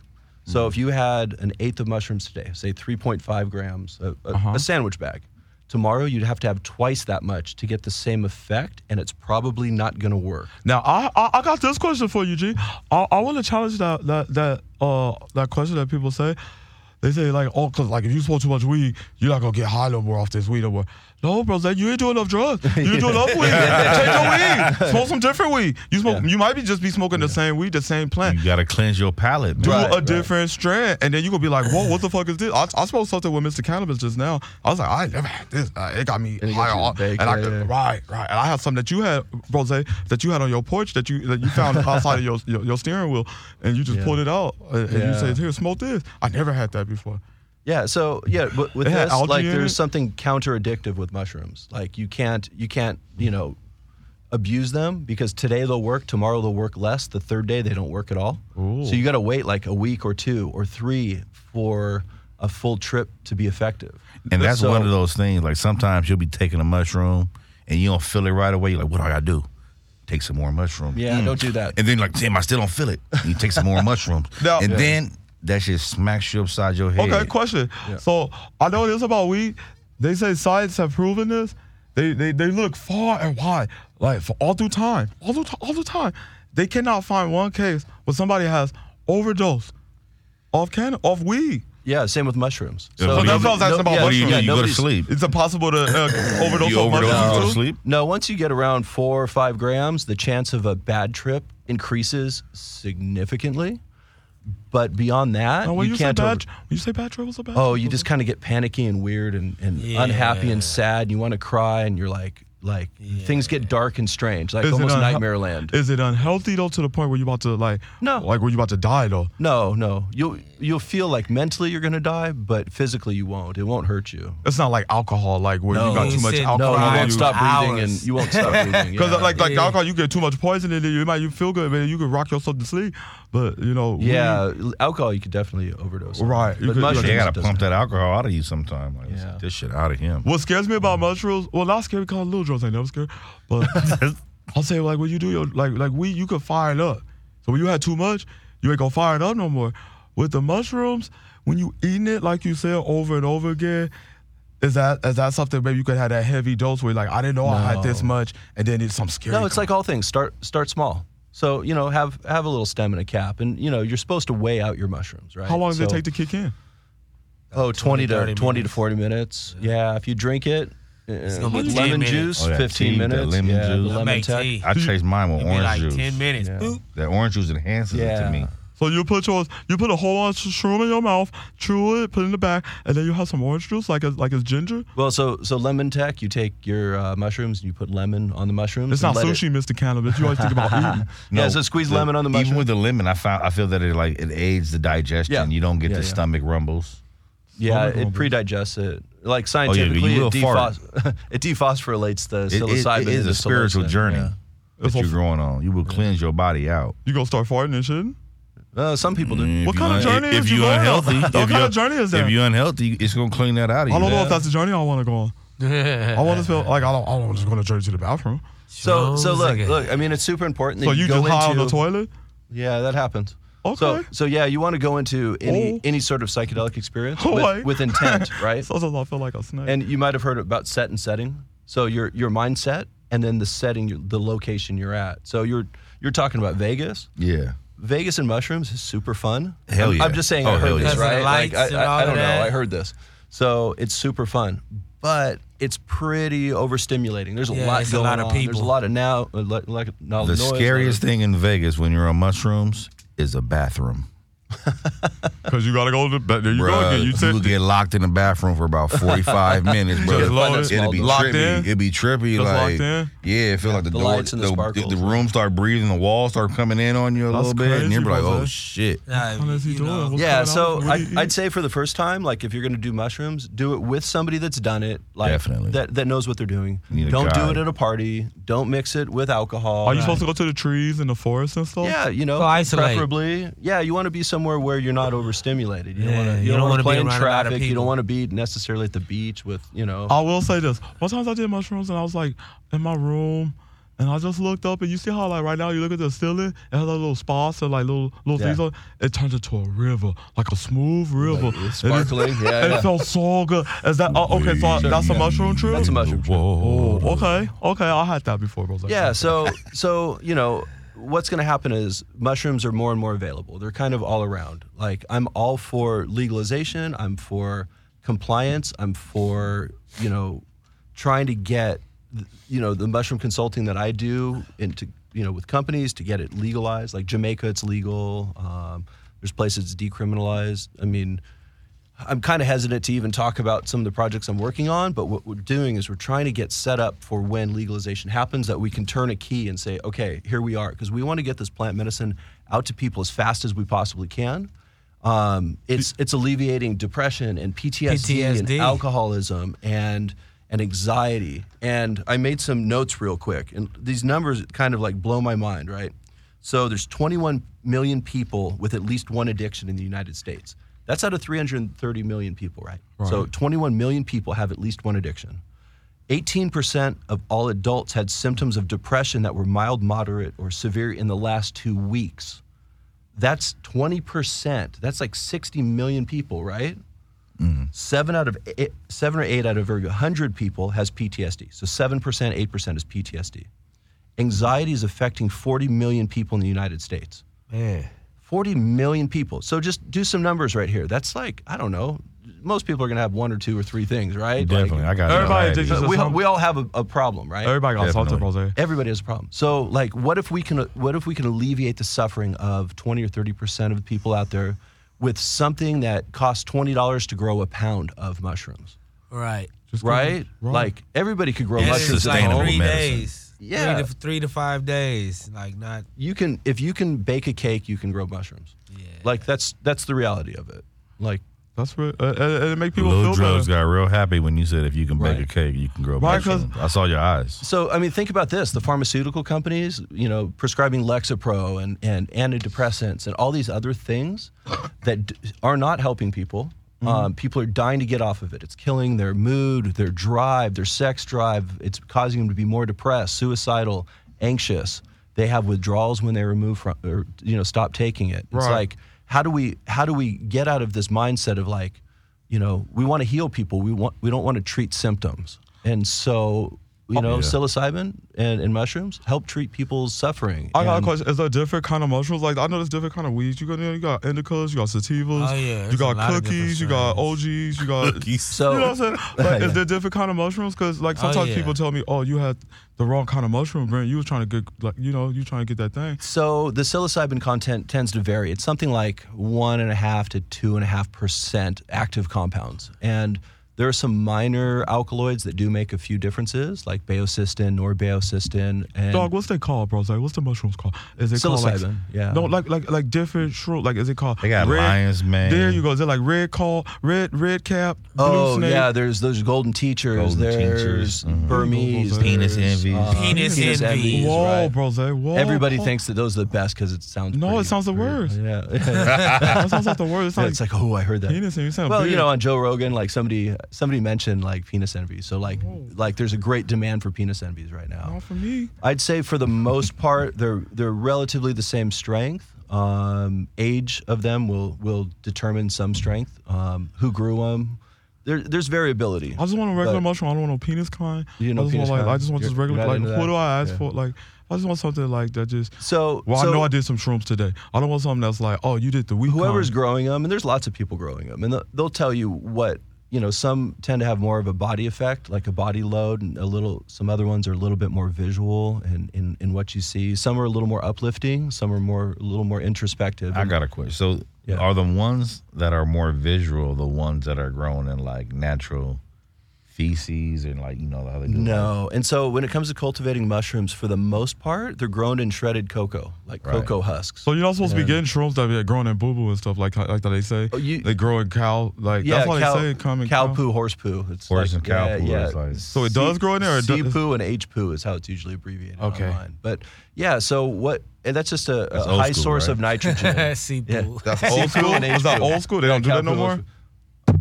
[SPEAKER 3] Mm.
[SPEAKER 5] So if you had an eighth of mushrooms today, say 3.5 grams, a, a,
[SPEAKER 3] Uh-huh.
[SPEAKER 5] a sandwich bag, tomorrow you'd have to have twice that much to get the same effect, and it's probably not going to work.
[SPEAKER 3] Now I, I I got this question for you, G. I, I want to challenge that that that uh that question that people say. They say like, oh, cause like if you smoke too much weed, you're not gonna get high no more off this weed no more. No, bro, like, you ain't doing enough drugs. You ain't doing enough weed. Change your weed. Smoke some different weed. You smoke. You might be just be smoking the same weed, the same plant.
[SPEAKER 2] You gotta cleanse your palate.
[SPEAKER 3] Do
[SPEAKER 2] man.
[SPEAKER 5] Right,
[SPEAKER 3] a
[SPEAKER 5] right.
[SPEAKER 3] different strand, and then you gonna be like, "Whoa, what the fuck is this?" I, I smoked something with Mr. Cannabis just now. I was like, "I ain't never had this. Uh, it got me
[SPEAKER 5] And it
[SPEAKER 3] high
[SPEAKER 5] got you
[SPEAKER 3] on."
[SPEAKER 5] baked,
[SPEAKER 3] And I
[SPEAKER 5] yeah,
[SPEAKER 3] could,
[SPEAKER 5] yeah.
[SPEAKER 3] right, right. And I had something that you had, Rose, that you had on your porch that you that you
[SPEAKER 5] *laughs*
[SPEAKER 3] found outside of your, your your steering wheel, and you just
[SPEAKER 5] Yeah.
[SPEAKER 3] pulled it out uh, and you
[SPEAKER 5] Yeah.
[SPEAKER 3] said, "Here, smoke this." I never had that before.
[SPEAKER 5] Yeah, so yeah, but with
[SPEAKER 3] It had
[SPEAKER 5] this,
[SPEAKER 3] algae
[SPEAKER 5] like
[SPEAKER 3] in
[SPEAKER 5] there's
[SPEAKER 3] it?
[SPEAKER 5] something counter addictive with mushrooms. Like you can't, you can't, you know, abuse them because today they'll work, tomorrow they'll work less, the third day they don't work at all. So you got to wait like a week or two or three for a full trip to be effective.
[SPEAKER 2] And that's
[SPEAKER 5] So-
[SPEAKER 2] one of those things. Like sometimes you'll be taking a mushroom and you don't feel it right away. You're like, what do I gotta do? Take some more mushroom.
[SPEAKER 5] Yeah, don't do that.
[SPEAKER 2] Mm. And then you're like, damn, I still don't feel it. And you take some
[SPEAKER 5] *laughs*
[SPEAKER 2] more mushrooms.
[SPEAKER 3] Now-
[SPEAKER 2] and
[SPEAKER 3] Yeah.
[SPEAKER 2] then that shit smacks you upside your head.
[SPEAKER 3] Okay, question. So I know this about weed. They say science have proven this. They they, they look far and wide, like for all through time, all through ti- all through time. They cannot find one case where somebody has overdose off can off weed.
[SPEAKER 5] Yeah, same with mushrooms.
[SPEAKER 2] Yeah, what do you-
[SPEAKER 3] That's what I was asking about
[SPEAKER 5] yeah,
[SPEAKER 2] What do you
[SPEAKER 3] mushrooms.
[SPEAKER 2] do?
[SPEAKER 5] yeah,
[SPEAKER 2] you go to
[SPEAKER 5] nobody's-
[SPEAKER 2] sleep.
[SPEAKER 3] It's impossible to uh, overdose
[SPEAKER 2] You
[SPEAKER 3] on
[SPEAKER 2] overdose and
[SPEAKER 3] mushrooms
[SPEAKER 2] go
[SPEAKER 3] too?
[SPEAKER 2] to sleep.
[SPEAKER 5] No, once you get around four or five grams, the chance of a bad trip increases significantly. But beyond that,
[SPEAKER 3] No, when Oh,
[SPEAKER 5] you,
[SPEAKER 3] you, say
[SPEAKER 5] can't.
[SPEAKER 3] bad,
[SPEAKER 5] over-
[SPEAKER 3] when you say bad trip, what's a bad
[SPEAKER 5] oh,
[SPEAKER 3] trip?
[SPEAKER 5] you just kind of get panicky and weird and, and unhappy and sad. And you want to cry, and you're like, Like things get dark and strange, like
[SPEAKER 3] Is it
[SPEAKER 5] almost
[SPEAKER 3] unhe-
[SPEAKER 5] nightmare land.
[SPEAKER 3] Is it unhealthy though to the point where you about to like
[SPEAKER 5] No.
[SPEAKER 3] like where you about to die though?
[SPEAKER 5] no, no, you'll you'll feel like mentally you're gonna die, but physically you won't. It won't hurt you.
[SPEAKER 3] It's not like alcohol, like where you got
[SPEAKER 4] You
[SPEAKER 3] too much
[SPEAKER 4] said
[SPEAKER 3] alcohol.
[SPEAKER 5] No,
[SPEAKER 4] Cry
[SPEAKER 5] you won't
[SPEAKER 4] you-
[SPEAKER 5] stop breathing, and
[SPEAKER 4] hours.
[SPEAKER 5] you won't
[SPEAKER 3] *laughs*
[SPEAKER 5] stop breathing.
[SPEAKER 3] Because
[SPEAKER 5] yeah.
[SPEAKER 3] uh, like like
[SPEAKER 4] Yeah.
[SPEAKER 3] alcohol, you get too much poison and then you might you feel good, man. You could rock yourself to sleep, but you know, weed-
[SPEAKER 5] yeah, alcohol you could definitely overdose. on.
[SPEAKER 3] Right, you
[SPEAKER 5] but
[SPEAKER 3] could-
[SPEAKER 5] mushrooms
[SPEAKER 2] They gotta
[SPEAKER 5] doesn't.
[SPEAKER 2] pump that alcohol out of you sometime. Like
[SPEAKER 5] Yeah.
[SPEAKER 2] this shit out of him.
[SPEAKER 3] What scares me about mushrooms, well, not scary because little drugs ain't never scared, but *laughs* I'll say like when you do your like like weed, you could fire it up. So when you had too much, you ain't gonna fire it up no more. With the mushrooms, when you eating it like you said over and over again, is that is that something maybe you could have that heavy dose where you're like I didn't know I had this
[SPEAKER 5] No.
[SPEAKER 3] much, and then it's some scary.
[SPEAKER 5] No, it's like all things. Start start small. So you know, have have a little stem and a cap, and you know you're supposed to weigh out your mushrooms, right?
[SPEAKER 3] how long does it
[SPEAKER 5] So-
[SPEAKER 3] take to kick in?
[SPEAKER 5] Oh, 20,
[SPEAKER 4] 20,
[SPEAKER 5] to 20
[SPEAKER 4] minutes.
[SPEAKER 5] to 40 minutes. Yeah, if you drink it, it's
[SPEAKER 4] gonna be 10
[SPEAKER 5] lemon
[SPEAKER 4] minutes.
[SPEAKER 5] juice,
[SPEAKER 2] Oh, that
[SPEAKER 5] 15
[SPEAKER 2] tea, that
[SPEAKER 5] minutes.
[SPEAKER 2] lemon
[SPEAKER 5] yeah, the
[SPEAKER 2] juice.
[SPEAKER 5] lemon
[SPEAKER 4] Make
[SPEAKER 5] tech.
[SPEAKER 4] tea.
[SPEAKER 2] I chase mine with
[SPEAKER 4] It'd
[SPEAKER 2] orange
[SPEAKER 4] be like
[SPEAKER 2] juice.
[SPEAKER 4] ten minutes.
[SPEAKER 5] Yeah.
[SPEAKER 4] Boop.
[SPEAKER 2] That orange juice enhances it
[SPEAKER 5] Yeah.
[SPEAKER 2] to me.
[SPEAKER 3] So you put yours, you put a whole orange shroom in your mouth, chew it, put it in the back, and then you have some orange juice like it's like it's ginger.
[SPEAKER 5] Well, so so lemon tech, you take your uh, mushrooms and you put lemon on the mushrooms.
[SPEAKER 3] It's
[SPEAKER 5] and
[SPEAKER 3] not
[SPEAKER 5] let it-
[SPEAKER 3] sushi, Mr. Cannabis. You always think
[SPEAKER 5] *laughs*
[SPEAKER 3] about eating.
[SPEAKER 5] yeah, so squeeze lemon on the
[SPEAKER 2] Even
[SPEAKER 5] mushroom.
[SPEAKER 2] with the lemon, I found I feel that it like it aids the digestion.
[SPEAKER 5] Yeah.
[SPEAKER 2] You don't get
[SPEAKER 5] Yeah,
[SPEAKER 2] the
[SPEAKER 5] yeah.
[SPEAKER 2] stomach rumbles.
[SPEAKER 5] yeah,
[SPEAKER 3] Stomach
[SPEAKER 5] it
[SPEAKER 3] rumbles.
[SPEAKER 5] pre-digests it.
[SPEAKER 2] Oh,
[SPEAKER 5] Like
[SPEAKER 2] you
[SPEAKER 5] scientifically,
[SPEAKER 2] will
[SPEAKER 5] it,
[SPEAKER 2] fart.
[SPEAKER 5] dephos- *laughs* it dephosphorylates the
[SPEAKER 2] It- it-
[SPEAKER 5] psilocybin.
[SPEAKER 2] it is
[SPEAKER 5] into
[SPEAKER 2] a spiritual
[SPEAKER 5] psilocin,
[SPEAKER 2] journey
[SPEAKER 5] yeah.
[SPEAKER 2] that
[SPEAKER 3] It's
[SPEAKER 2] you're
[SPEAKER 3] all-
[SPEAKER 2] growing on. You will cleanse your body out.
[SPEAKER 3] You gonna start farting and shit?
[SPEAKER 5] Uh, some people do.
[SPEAKER 2] If
[SPEAKER 3] What
[SPEAKER 2] you
[SPEAKER 3] kind of
[SPEAKER 2] un-
[SPEAKER 3] journey
[SPEAKER 2] If
[SPEAKER 3] is you
[SPEAKER 2] you
[SPEAKER 3] going on?
[SPEAKER 2] unhealthy,
[SPEAKER 3] What
[SPEAKER 2] if
[SPEAKER 3] kind
[SPEAKER 2] you-
[SPEAKER 3] of journey is that?
[SPEAKER 2] If you're unhealthy, it's gonna clean that out of you.
[SPEAKER 3] I don't know
[SPEAKER 2] man.
[SPEAKER 3] if that's the journey I want to go on. I want to feel like I don't. I don't just going to journey to the bathroom.
[SPEAKER 5] So, so
[SPEAKER 4] Shrooms
[SPEAKER 5] look,
[SPEAKER 4] again.
[SPEAKER 5] look. I mean, it's super important. That
[SPEAKER 3] So you
[SPEAKER 5] go
[SPEAKER 3] just high on the
[SPEAKER 5] into-
[SPEAKER 3] toilet?
[SPEAKER 5] Yeah, that happens. So,
[SPEAKER 3] Okay.
[SPEAKER 5] so yeah, you want to go into any
[SPEAKER 3] Oh.
[SPEAKER 5] any sort of psychedelic experience
[SPEAKER 3] Oh,
[SPEAKER 5] with,
[SPEAKER 3] wait. *laughs*
[SPEAKER 5] with intent, right?
[SPEAKER 3] Sometimes I feel like a snake.
[SPEAKER 5] and you might have heard about set and setting. So your your mindset, and then the setting, your, the location you're at. So you're you're talking about Vegas.
[SPEAKER 2] yeah.
[SPEAKER 5] Vegas and mushrooms is super fun.
[SPEAKER 2] Hell
[SPEAKER 5] I'm-
[SPEAKER 2] yeah.
[SPEAKER 5] I'm just saying
[SPEAKER 2] Oh,
[SPEAKER 5] I
[SPEAKER 2] hell
[SPEAKER 5] heard this,
[SPEAKER 4] yeah.
[SPEAKER 5] right?
[SPEAKER 4] Because of the lights
[SPEAKER 5] I,
[SPEAKER 4] and all
[SPEAKER 5] I, I don't
[SPEAKER 4] that.
[SPEAKER 5] know. I heard this. So it's super fun, but it's pretty overstimulating. There's a
[SPEAKER 4] Yeah,
[SPEAKER 5] lot
[SPEAKER 4] it's a
[SPEAKER 5] going
[SPEAKER 4] lot of
[SPEAKER 5] on. There's
[SPEAKER 4] people.
[SPEAKER 5] a lot of now, like, like
[SPEAKER 3] Oh,
[SPEAKER 5] now
[SPEAKER 2] The
[SPEAKER 5] noise,
[SPEAKER 2] scariest thing in Vegas when you're on mushrooms is a bathroom.
[SPEAKER 3] Because you gotta go to the ba- there you go again. You
[SPEAKER 2] Bruh, you
[SPEAKER 3] said
[SPEAKER 2] get locked in the bathroom for about
[SPEAKER 3] *laughs*
[SPEAKER 2] 45 minutes, bro.
[SPEAKER 3] Just locked in?
[SPEAKER 2] It'll be
[SPEAKER 3] Locked
[SPEAKER 2] trippy.
[SPEAKER 3] in?
[SPEAKER 2] It'd be trippy.
[SPEAKER 3] Just
[SPEAKER 2] like,
[SPEAKER 3] locked in?
[SPEAKER 2] yeah, it feel like the,
[SPEAKER 5] the
[SPEAKER 2] door,
[SPEAKER 5] lights and the sparkles.
[SPEAKER 2] the room start breathing, the walls start coming in on you a little bit, and
[SPEAKER 3] crazy,
[SPEAKER 2] you're like,
[SPEAKER 3] brother.
[SPEAKER 2] oh shit.
[SPEAKER 4] Nah,
[SPEAKER 3] What is he
[SPEAKER 4] you
[SPEAKER 3] doing?
[SPEAKER 4] know.
[SPEAKER 3] What's
[SPEAKER 5] yeah,
[SPEAKER 3] going
[SPEAKER 5] so
[SPEAKER 3] on? What
[SPEAKER 5] I,
[SPEAKER 3] do you
[SPEAKER 5] I'd
[SPEAKER 3] eat?
[SPEAKER 5] say for the first time, like if you're gonna do mushrooms, do it with somebody that's done it, like
[SPEAKER 2] Definitely.
[SPEAKER 5] that that knows what they're doing.
[SPEAKER 2] You need a
[SPEAKER 5] Don't do
[SPEAKER 2] guide.
[SPEAKER 5] it at a party. Don't mix it with alcohol.
[SPEAKER 3] Are you supposed to go to the trees and the forest and stuff?
[SPEAKER 5] Yeah, you know,
[SPEAKER 4] Go isolate.
[SPEAKER 5] preferably. Yeah, you want to be somewhere where you're not overstimulated. You
[SPEAKER 4] Yeah,
[SPEAKER 5] don't want to.
[SPEAKER 4] you
[SPEAKER 5] You,
[SPEAKER 4] don't
[SPEAKER 5] don't want
[SPEAKER 4] wanna
[SPEAKER 5] to
[SPEAKER 4] be
[SPEAKER 5] play
[SPEAKER 4] around
[SPEAKER 5] in
[SPEAKER 4] a lot of
[SPEAKER 5] traffic. You
[SPEAKER 4] people.
[SPEAKER 5] don't want to be necessarily at the beach with you know.
[SPEAKER 3] I will say this. One time I did mushrooms and I was like in my room and I just looked up and you see how like right now you look at the ceiling, it has a little spots and like little little
[SPEAKER 5] Yeah.
[SPEAKER 3] things on it. it turned into a river, like a smooth river. And it-
[SPEAKER 5] sparkling, yeah,
[SPEAKER 4] *laughs*
[SPEAKER 3] It
[SPEAKER 5] yeah.
[SPEAKER 3] felt so good. Is that oh, okay? So that's a mushroom trip.
[SPEAKER 5] That's a mushroom trip.
[SPEAKER 3] Oh, okay, okay. I had that before, but I was like,
[SPEAKER 5] Yeah.
[SPEAKER 3] okay. *laughs*
[SPEAKER 5] So so you know what's going to happen is mushrooms are more and more available. They're kind of all around. Like I'm all for legalization. I'm for compliance. I'm for you know trying to get th- you know the mushroom consulting that I do into you know with companies to get it legalized. Like Jamaica, it's legal. Um, there's places it's decriminalized. I mean. I'm kind of hesitant to even talk about some of the projects I'm working on, but what we're doing is we're trying to get set up for when legalization happens that we can turn a key and say, okay, here we are, because we want to get this plant medicine out to people as fast as we possibly can. Um, it's it's alleviating depression and PTSD, and
[SPEAKER 4] PTSD.
[SPEAKER 5] alcoholism and and anxiety. And I made some notes real quick, and these numbers kind of like blow my mind, right? So there's 21 million people with at least one addiction in the United States. That's out of 330 million people, right? So 21 million people have at least one addiction. 18% of all adults had symptoms of depression that were mild, moderate, or severe in the last two weeks. That's 20%. That's like 60 million people, right? Seven out of eight, seven or eight out of every 100 people has PTSD. So 7%, 8% is PTSD. Anxiety is affecting 40 million people in the United States. 40 million people. So just do some numbers right here. That's like, I don't know. Most people are going to have one or two or three things, right? Like,
[SPEAKER 2] Definitely. I got
[SPEAKER 3] Everybody
[SPEAKER 2] anxiety.
[SPEAKER 3] did
[SPEAKER 5] uh,
[SPEAKER 3] just-
[SPEAKER 5] we, we all have a, a problem, right?
[SPEAKER 3] everybody got something,
[SPEAKER 2] Definitely.
[SPEAKER 3] Jose.
[SPEAKER 5] Everybody has a problem. So, like, what if we can what if we can alleviate the suffering of twenty or thirty percent of the people out there with something that costs twenty dollars to grow a pound of mushrooms?
[SPEAKER 4] Right.
[SPEAKER 3] Just go
[SPEAKER 5] right?
[SPEAKER 3] raw.
[SPEAKER 5] Like everybody could grow
[SPEAKER 4] And
[SPEAKER 2] much
[SPEAKER 4] it's
[SPEAKER 5] mushrooms at
[SPEAKER 4] like
[SPEAKER 2] sustainable
[SPEAKER 5] home.
[SPEAKER 4] three
[SPEAKER 2] medicine.
[SPEAKER 4] days.
[SPEAKER 5] Yeah.
[SPEAKER 4] Three to, three to five days. Like not.
[SPEAKER 5] You can if you can bake a cake, you can grow mushrooms.
[SPEAKER 4] Yeah.
[SPEAKER 5] Like that's that's the reality of it. Like
[SPEAKER 3] that's real. Uh, and it make people
[SPEAKER 2] Little
[SPEAKER 3] feel
[SPEAKER 2] drugs
[SPEAKER 3] better.
[SPEAKER 2] got real happy when you said if you can bake a
[SPEAKER 5] Right.
[SPEAKER 2] cake, you can grow
[SPEAKER 3] Right, 'cause-
[SPEAKER 2] mushrooms. I saw your eyes.
[SPEAKER 5] so I mean think about this, the pharmaceutical companies, you know, prescribing Lexapro and and antidepressants and all these other things that d- are not helping people. Um, people are dying to get off of it. It's killing their mood, their drive, their sex drive. It's causing them to be more depressed, suicidal, anxious. They have withdrawals when they remove from or you know stop taking it. It's
[SPEAKER 3] Right.
[SPEAKER 5] like like, how do we how do we get out of this mindset of like you know we want to heal people we want we don't want to treat symptoms and so you
[SPEAKER 3] Oh,
[SPEAKER 5] know psilocybin and, and mushrooms help treat people's suffering
[SPEAKER 3] I got a
[SPEAKER 5] And
[SPEAKER 3] question. Is there different kind of mushrooms? Like I know there's different kind of weeds. You got you got indicas, you got sativas,
[SPEAKER 4] Oh, yeah,
[SPEAKER 3] you
[SPEAKER 4] there's a
[SPEAKER 3] got
[SPEAKER 4] lot of different
[SPEAKER 3] cookies, you got OGs, you got
[SPEAKER 5] so
[SPEAKER 3] you know what I'm saying?
[SPEAKER 4] *laughs*
[SPEAKER 3] Like,
[SPEAKER 5] Yeah.
[SPEAKER 3] is there different kind of mushrooms? Because like
[SPEAKER 4] Oh,
[SPEAKER 3] sometimes
[SPEAKER 4] yeah.
[SPEAKER 3] people tell me, "Oh, you had the wrong kind of mushroom, Brent. You was trying to get like you know you trying to get that thing."
[SPEAKER 5] so the psilocybin content tends to vary. It's something like one and a half to two and a half percent active compounds, and there are some minor alkaloids that do make a few differences, like baocystin, norbaocystin, and
[SPEAKER 3] Dog, what's they called, bro? It's like, what's the mushrooms called? Is it called like
[SPEAKER 5] Psilocybin, yeah.
[SPEAKER 3] No, like like like different shroom. Like is it called?
[SPEAKER 2] They got lion's mane.
[SPEAKER 3] There you go. Is it like red call, red red cap,
[SPEAKER 5] Oh
[SPEAKER 3] blue snake?
[SPEAKER 5] yeah, there's those golden teachers.
[SPEAKER 2] Golden
[SPEAKER 5] there's
[SPEAKER 2] teachers, mhm.
[SPEAKER 5] Burmese.
[SPEAKER 2] Penis
[SPEAKER 5] there's, uh,
[SPEAKER 2] envies.
[SPEAKER 4] Penis envies,
[SPEAKER 5] envies,
[SPEAKER 3] Whoa,
[SPEAKER 5] right.
[SPEAKER 3] bro, Zay, whoa.
[SPEAKER 5] Everybody
[SPEAKER 3] whoa.
[SPEAKER 5] thinks that those are the best because it sounds.
[SPEAKER 3] No, it
[SPEAKER 5] pretty-
[SPEAKER 3] sounds the worst. *laughs*
[SPEAKER 5] pretty- *laughs* Yeah,
[SPEAKER 3] that sounds like the word. It sounds
[SPEAKER 5] it's like oh, I heard that.
[SPEAKER 3] penis. And you sound
[SPEAKER 5] well,
[SPEAKER 3] big.
[SPEAKER 5] you know, on Joe Rogan, like somebody somebody mentioned like penis envies. So like like there's a great demand for penis envies right now.
[SPEAKER 3] Not for me.
[SPEAKER 5] I'd say for the most part, they're they're relatively the same strength. Um, age of them will will determine some strength. Um, who grew them? There, there's variability.
[SPEAKER 3] I just want a regular
[SPEAKER 5] But-
[SPEAKER 3] mushroom. I don't want no penis kind.
[SPEAKER 5] You know
[SPEAKER 3] I just
[SPEAKER 5] penis
[SPEAKER 3] want like I
[SPEAKER 5] kind?
[SPEAKER 3] just want just
[SPEAKER 5] You're-
[SPEAKER 3] regular.
[SPEAKER 5] you're not
[SPEAKER 3] Like,
[SPEAKER 5] into
[SPEAKER 3] what
[SPEAKER 5] that?
[SPEAKER 3] do I ask
[SPEAKER 5] Yeah.
[SPEAKER 3] for? Like, I just want something like that. Just
[SPEAKER 5] So
[SPEAKER 3] well,
[SPEAKER 5] so,
[SPEAKER 3] I know I did some shrooms today. I don't want something that's like, oh, you did the week.
[SPEAKER 5] whoever's
[SPEAKER 3] kind.
[SPEAKER 5] growing them, and there's lots of people growing them, and they'll- they'll tell you what you know. Some tend to have more of a body effect, like a body load, and a little. Some other ones are a little bit more visual and in, in what you see. Some are a little more uplifting. Some are more a little more introspective.
[SPEAKER 2] I
[SPEAKER 5] And
[SPEAKER 2] got a question. So
[SPEAKER 5] Yeah.
[SPEAKER 2] are the ones that are more visual the ones that are grown in like natural feces and like you know how they do? like-
[SPEAKER 5] no, and so when it comes to cultivating mushrooms, for the most part, they're grown in shredded cocoa, like
[SPEAKER 2] Right.
[SPEAKER 5] cocoa husks.
[SPEAKER 3] So you're not supposed to be getting shrooms that be growing in boo boo and stuff like like that. They say
[SPEAKER 5] Oh, you-
[SPEAKER 3] they grow in cow. Like
[SPEAKER 5] yeah,
[SPEAKER 3] that's why
[SPEAKER 5] cow,
[SPEAKER 3] they say coming
[SPEAKER 5] cow, poo, horse poo. It's
[SPEAKER 2] Horse
[SPEAKER 5] like-
[SPEAKER 2] and cow poo
[SPEAKER 5] Yeah, yeah.
[SPEAKER 2] is like-
[SPEAKER 3] So it does grow in there, or it
[SPEAKER 5] C
[SPEAKER 3] does-
[SPEAKER 5] poo and H poo is how it's usually abbreviated
[SPEAKER 3] Oh, Okay.
[SPEAKER 5] online. But yeah, so what? And that's just a,
[SPEAKER 2] That's
[SPEAKER 5] a
[SPEAKER 2] old
[SPEAKER 5] high
[SPEAKER 2] school,
[SPEAKER 5] source
[SPEAKER 2] right?
[SPEAKER 4] *laughs*
[SPEAKER 5] of nitrogen.
[SPEAKER 4] See,
[SPEAKER 5] Yeah.
[SPEAKER 4] boo.
[SPEAKER 5] *laughs*
[SPEAKER 3] Old
[SPEAKER 5] C-poo
[SPEAKER 3] school.
[SPEAKER 5] and
[SPEAKER 3] Is that
[SPEAKER 5] H-poo.
[SPEAKER 3] old school? They don't do
[SPEAKER 5] cow
[SPEAKER 3] that no
[SPEAKER 5] poo, horse
[SPEAKER 3] more.
[SPEAKER 5] poo.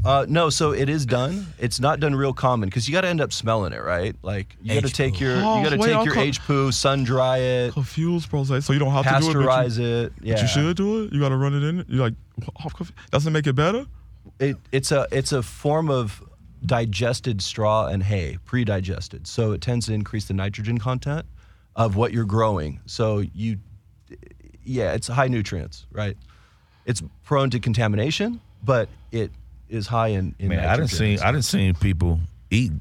[SPEAKER 5] Uh, no, so it is done. It's not done real common because you got to end up smelling it, right? Like you got to take your
[SPEAKER 3] Oh,
[SPEAKER 5] you got to
[SPEAKER 3] wait,
[SPEAKER 5] take
[SPEAKER 3] I'm
[SPEAKER 5] your
[SPEAKER 3] co-
[SPEAKER 5] H poo, sun dry it,
[SPEAKER 3] Confused, bro. Zay. So you don't have to do it. But you,
[SPEAKER 5] pasteurize it. Yeah,
[SPEAKER 3] but you should do it. You got to run it in. You like oh, I'm confused. doesn't make it better.
[SPEAKER 5] it, it's a it's a form of digested straw and hay, pre-digested. So it tends to increase the nitrogen content of what you're growing. So you, yeah, it's high nutrients, right? It's prone to contamination, but it is high in. in
[SPEAKER 2] Man, I didn't
[SPEAKER 5] nitrogen.
[SPEAKER 2] see I didn't see people eat